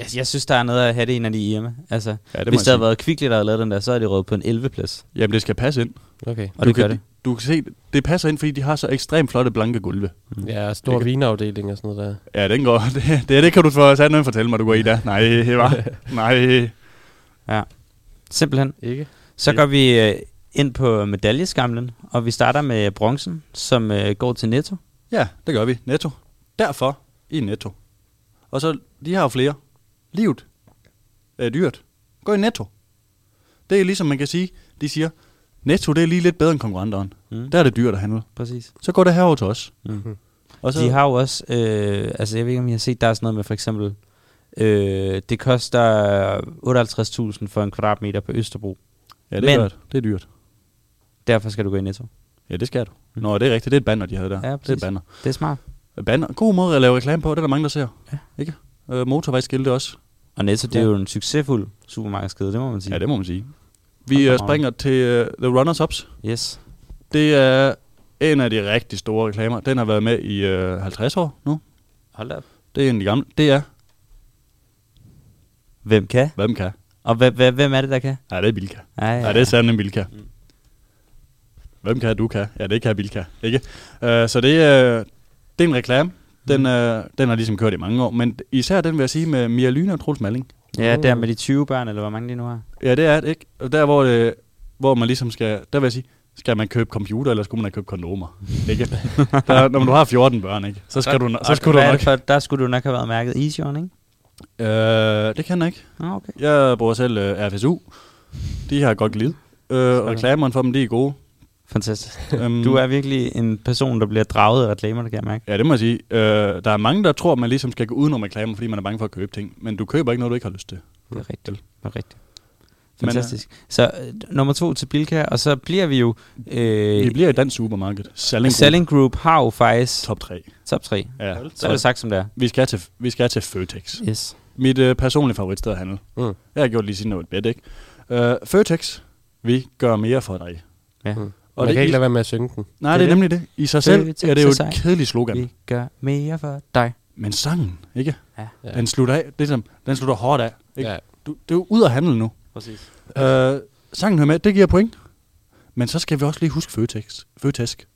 Yes, jeg synes, der er noget at have det i, når de er hjemme. Altså,
Ja,
ja,
det må
hvis
jeg
der havde
sige.
været kvikligt, der havde lavet den der, så er det røget på en 11-plads.
Jamen, det skal passe ind.
Okay.
Og du det
kan,
gør det.
Du kan se, det passer ind, fordi de har så ekstremt flotte blanke gulve.
Ja, stor
Det kan-
vinafdeling og sådan noget der.
Ja, den går. Det, det, det kan du for sat noget fortælle mig, du går i der. Nej, det var. Nej.
Simpelthen.
Ikke?
Så
Det-
går vi øh, ind på medaljeskamlen, og vi starter med bronzen, som øh, går til Netto.
Ja, det gør vi. Netto. Derfor i Netto. Og så, de har jo flere. Livet er dyrt. Gå i Netto. Det er ligesom man kan sige, de siger, Netto det er lige lidt bedre end konkurrenteren. Mm.
Mm.
Der er det dyrt at handle.
Præcis.
Så går det herover til os.
Mhm.
Og så,
De har jo også, øh, altså jeg ved ikke, om I har set, der er sådan noget med for eksempel, øh, det koster 58.000 for en kvadratmeter på Østerbro.
ja, det er
Men-
dyrt. Det er dyrt.
Derfor skal du gå i Netto.
Ja, det skal du. Nå, det er rigtigt. Det er et banner, de havde der.
Ja,
det er et
præcis.
banner.
Det er smart.
banner. God måde at lave reklame på. Det er der mange, der ser.
Ja.
Ikke? Øh, motorvejsskilte også.
Og Netto, det er jo en succesfuld supermarkedskæde, det må man sige.
Ja, det må man sige.
Og
Vi
så
øh,
meget.
springer til uh, The Runners Ups.
Yes.
Det er en af de rigtig store reklamer. Den har været med i øh, 50 år nu.
Hold da op.
Det er en af de gamle. Det er,
Hvem kan?
hvad man kan.
Og hva- hva- hvem er det, der kan?
Nej, det er Bilka.
Ej,
Nej, det er sandt en Bilka. Hvem kan, du kan. Ja, det kan Bilka. Ikke? Uh, så det, er, det er en reklame. Den, øh, den har ligesom kørt i mange år. Men især den vil jeg sige med Mia Lyne og Troels Malling.
Ja, der med de 20 børn, eller hvor mange de nu har.
Ja, det er det, ikke? Og der, hvor, det, hvor man ligesom skal... Der vil jeg sige, skal man købe computer, eller skulle man have købt kondomer? Ikke? Der, når du har 14 børn, ikke? Så skal du, no- så skal du
Hvad er
nok...
det For, der skulle du nok have været mærket Easy On, ikke?
Øh, det kan jeg ikke.
Nå, okay.
Jeg bruger selv øh, RFSU. De har godt glidet. Øh, og reklamerne for dem, de er gode.
Fantastisk.
Øhm,
Du er virkelig en person, der bliver draget af reklamer, det kan jeg mærke.
Ja, det må jeg sige. Øh, der er mange, der tror, man ligesom skal gå udenom reklamer, fordi man er bange for at købe ting. Men du køber ikke noget, du ikke har lyst til.
Det er rigtigt. Det er rigtigt.
Men, øh,
Fantastisk. så øh, nummer to til Bilka, og så bliver vi jo... Øh,
Det bliver i dansk supermarked. Salling, Salling.
Selling Group har jo faktisk top,
Top 3.
top 3.
Ja.
Så er det sagt, som det er.
Vi skal til, vi skal til Føtex.
Yes.
Mit øh, personlige favoritsted at handle.
Mm.
Jeg har gjort lige siden jeg var et bed, ikke? Øh, Føtex, vi gør mere for dig.
Ja.
Mm.
Og
Og man
det
kan ikke
is-
lade være med at synge den.
Nej, det,
Det er
er nemlig det. I sig selv
Føtex
er det jo
er
et
sej.
kedeligt slogan.
Vi gør mere for dig.
Men sangen, ikke?
Ja.
Ja.
Den slutter af. Det er som, den slutter hårdt af. Ikke?
Ja.
Du, det er jo ud at handle nu.
Præcis.
Øh, sangen hører med, det giver point. Men så skal vi også lige huske Føtex. Føtesk.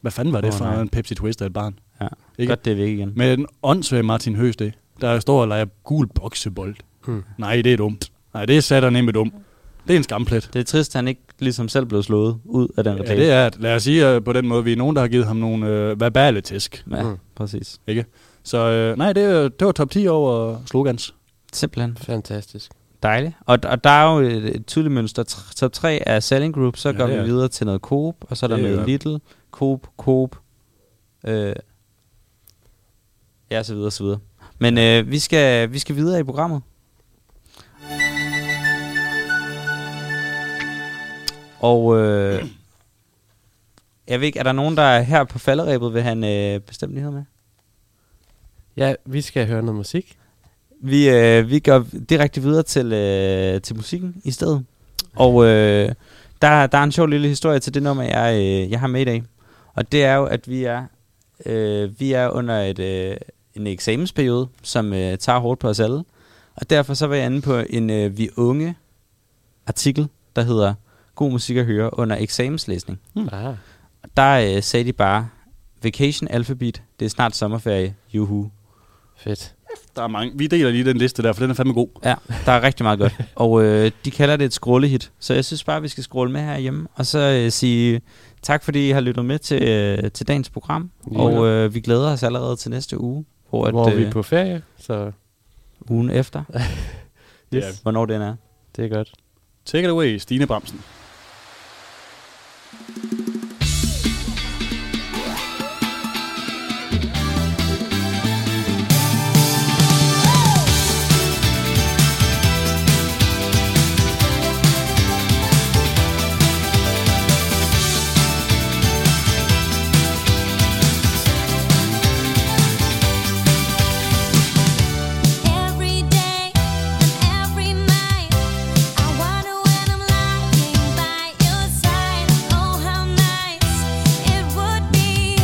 Hvad fanden var det
Åh,
oh, for
nej.
en Pepsi Twist af et barn?
Ja.
Ikke?
Godt, det er væk igen. Men,
Med en åndssvag Martin Høsted, der står og leger gul boksebold.
Hmm.
Nej, det er dumt. Nej, det er satan med dumt. Det er en skamplet.
det er trist, at han ikke ligesom selv blev slået ud af den
Ja,
reklame.
det er, at- lad os sige øh, på den måde, vi er nogen, der har givet ham nogle øh, verbale tæsk.
Ja,
Mm.
præcis.
Så øh, nej, det, er- det var top 10 over slogans.
Simpelthen.
Fantastisk.
Dejligt. Og, og der er jo et, et tydeligt mønster. Tr- Top 3 er Selling Group, så
Ja,
ja, går
det
vi
er det.
videre til noget Coop, og så er der
Det er
noget
det.
Lidl, Coop, Coop, øh, ja, så videre, så videre. Men øh, vi, skal, vi skal videre i programmet. Og øh, jeg ved ikke, er der nogen, der her på falderæbet vil have en øh, bestemt nyhed med?
Ja, vi skal høre noget musik.
Vi, øh, vi går direkte videre til, øh, til musikken i stedet. Og øh, der, der er en sjov lille historie til det nummer, jeg, øh, jeg har med i dag. Og det er jo, at vi er, øh, vi er under et, øh, en eksamensperiode, som øh, tager hårdt på os alle. Og derfor så var jeg inde på en øh, Vi Unge artikel, der hedder God musik at høre under eksamenslæsning.
Mm. Ah,
Og der øh, sagde de bare, Vacation Alphabet, det er snart sommerferie, juhu.
fedt.
Der er mange. Vi deler lige den liste der, for den er fandme god.
Ja, der er rigtig meget godt. Og øh, de kalder det et scrollehit. Så jeg synes bare, vi skal scrolle med herhjemme. Og så øh, sige tak, fordi I har lyttet med til, øh, til dagens program.
Ja.
Og øh, vi glæder os allerede til næste uge. Hvor, at,
Hvor er vi
øh,
på ferie, så
Ugen efter.
yes,
Ja.
Hvornår den er.
det er godt.
Take it away, Stine Bramsen.
Every day and every night, I wonder when I'm lying by your side. Oh, how nice it would be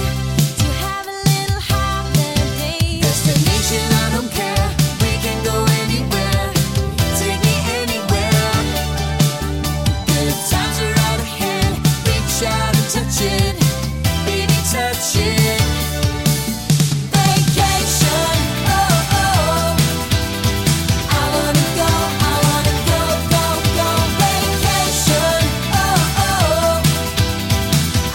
to have a little holiday. Destination, I don't care. We can go anywhere. Take me anywhere. Good times are out ahead. Reach out and touch it, baby, touch it. Vacation, oh oh. I wanna go, I wanna go, go, go vacation. Oh oh.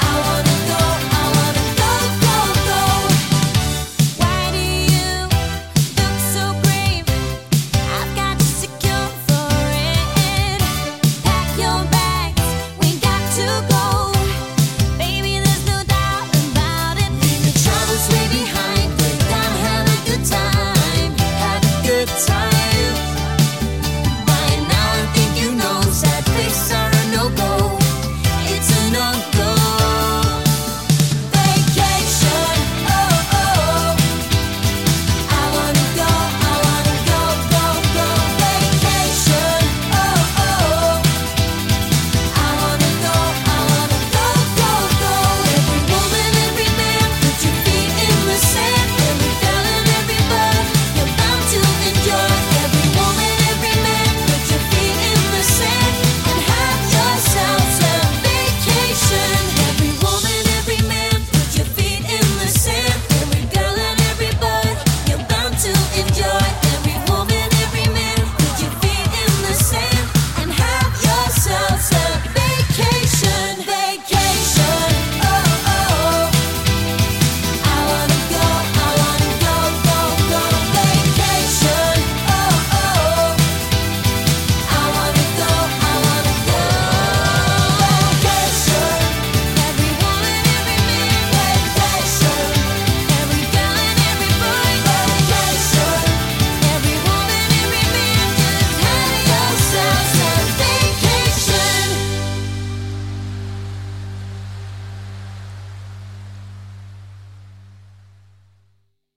I wanna go, I wanna go, go, go. Why do you look so brave? I've got you secure for it. Pack your bags, we got to go. oh, Oh, Oh,